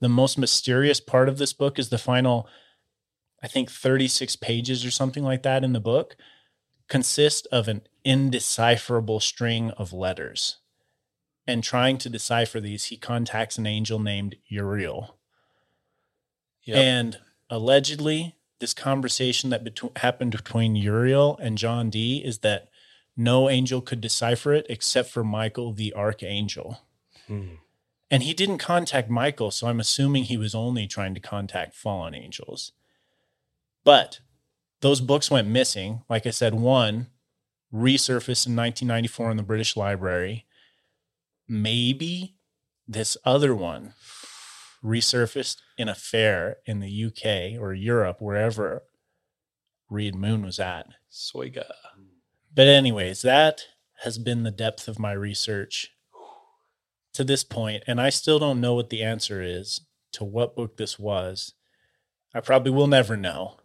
the most mysterious part of this book is the final, I think, 36 pages or something like that in the book consist of an indecipherable string of letters. And trying to decipher these, he contacts an angel named Uriel. Yep. And allegedly, this conversation that betw- happened between Uriel and John D is that no angel could decipher it except for Michael the archangel. Mm. And he didn't contact Michael, so I'm assuming he was only trying to contact fallen angels. But those books went missing. Like I said, one resurfaced in 1994 in the British Library. Maybe this other one resurfaced in a fair in the UK or Europe, wherever Reed Moon was at. Soiga. But, anyways, that has been the depth of my research to this point, and I still don't know what the answer is to what book this was. I probably will never know.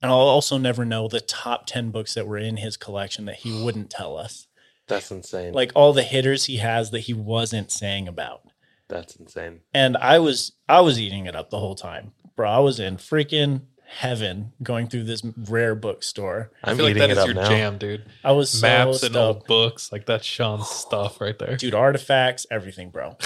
And I'll also never know the top 10 books that were in his collection that he wouldn't tell us. That's insane. Like all the hitters he has that he wasn't saying about. that's insane. And I was I was eating it up the whole time. Bro, I was in freaking heaven going through this rare bookstore. I'm feel like eating that it is up your now. jam, dude. I was so maps and old stoked. books like that's Sean's stuff right there. dude, artifacts, everything, bro.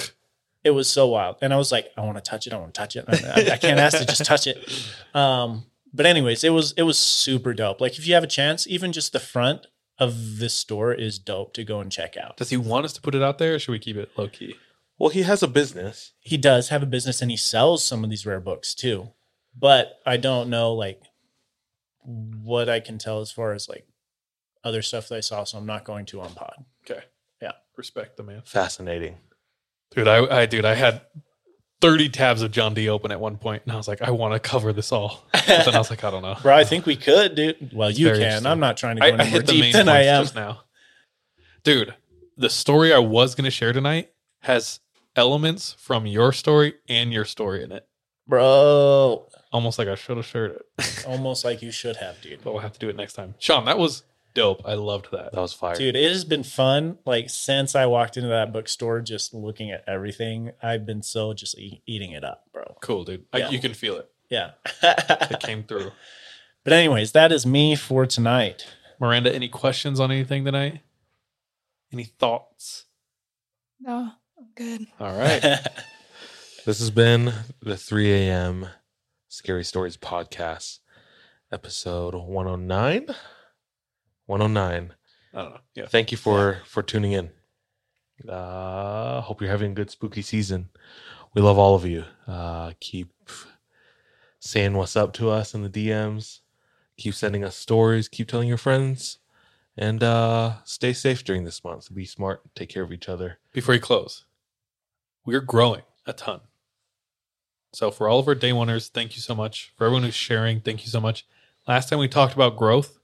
It was so wild. And I was like, I want to touch it. I want to touch it. I, I can't ask to just touch it. Um, but anyways, it was it was super dope. Like if you have a chance, even just the front of this store is dope to go and check out. Does he want us to put it out there, or should we keep it low key? Well, he has a business. He does have a business and he sells some of these rare books too. But I don't know like what I can tell as far as like other stuff that I saw, so I'm not going to on pod. Okay. Yeah. Respect the man. Fascinating. Dude, I, I dude, I had 30 tabs of John D open at one point, and I was like, I want to cover this all. But then I was like, I don't know. Bro, I think we could, dude. Well, It's you very can. interesting. I'm not trying to go I, any I more hit the main deep than I points am. just now. Dude, the story I was going to share tonight has elements from your story and your story in it. Bro, Almost like I should have shared it, almost like you should have, dude. but we'll have to do it next time. Sean, that was dope. I loved that. That was fire. Dude, it has been fun. Like since I walked into that bookstore, just looking at everything, I've been so just e- eating it up, bro. Cool, dude. Yeah. I, you can feel it. Yeah. It came through. but anyways, that is me for tonight. Miranda, any questions on anything tonight? Any thoughts? No, I'm good. All right. This has been the 3 a.m. Scary Stories podcast, episode 109. 109. I don't know. Yeah. Thank you for for tuning in. Uh, hope you're having a good spooky season. We love all of you. Uh, keep saying what's up to us in the DMs. Keep sending us stories. Keep telling your friends, and uh, stay safe during this month. Be smart. Take care of each other. Before you close, we're growing a ton. So for all of our day oneers, thank you so much. For everyone who's sharing, thank you so much. Last time we talked about growth,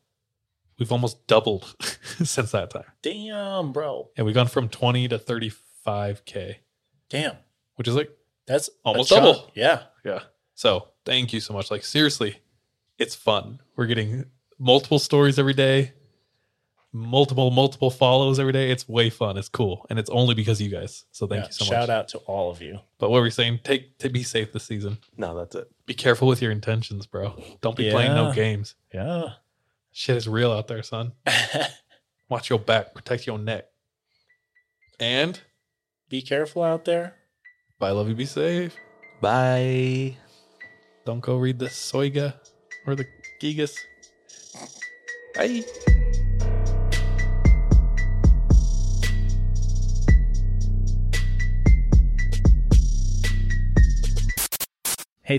we've almost doubled since that time. Damn, bro. And we've gone from 20 to 35K, Damn. which is like That's a almost chunk. double. Yeah. Yeah. So thank you so much. Like seriously, it's fun. We're getting multiple stories every day, multiple, multiple follows every day. It's way fun. It's cool. And it's only because of you guys. So thank Yeah, you so Shout much. out to all of you. But what we're saying, take to be safe this season. No, that's it. Be careful with your intentions, bro. Don't be playing no Yeah. games. Yeah. Shit is real out there, son. Watch your back, protect your neck. And Be careful out there. bye, love you, be safe. Bye. Don't go read the Soiga or the Gigas. Bye. Hey,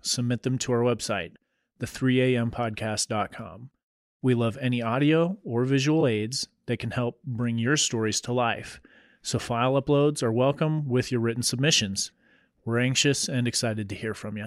submit them to our website, the3ampodcast.com. We love any audio or visual aids that can help bring your stories to life, so file uploads are welcome with your written submissions. We're anxious and excited to hear from you.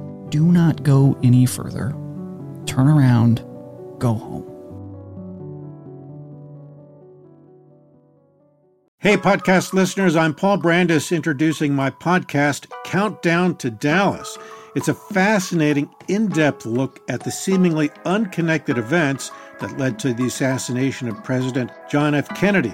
Do not go any further. Turn around, go home. Hey, podcast listeners, I'm Paul Brandis introducing my podcast, Countdown to Dallas. It's a fascinating, in depth look at the seemingly unconnected events that led to the assassination of President John F. Kennedy.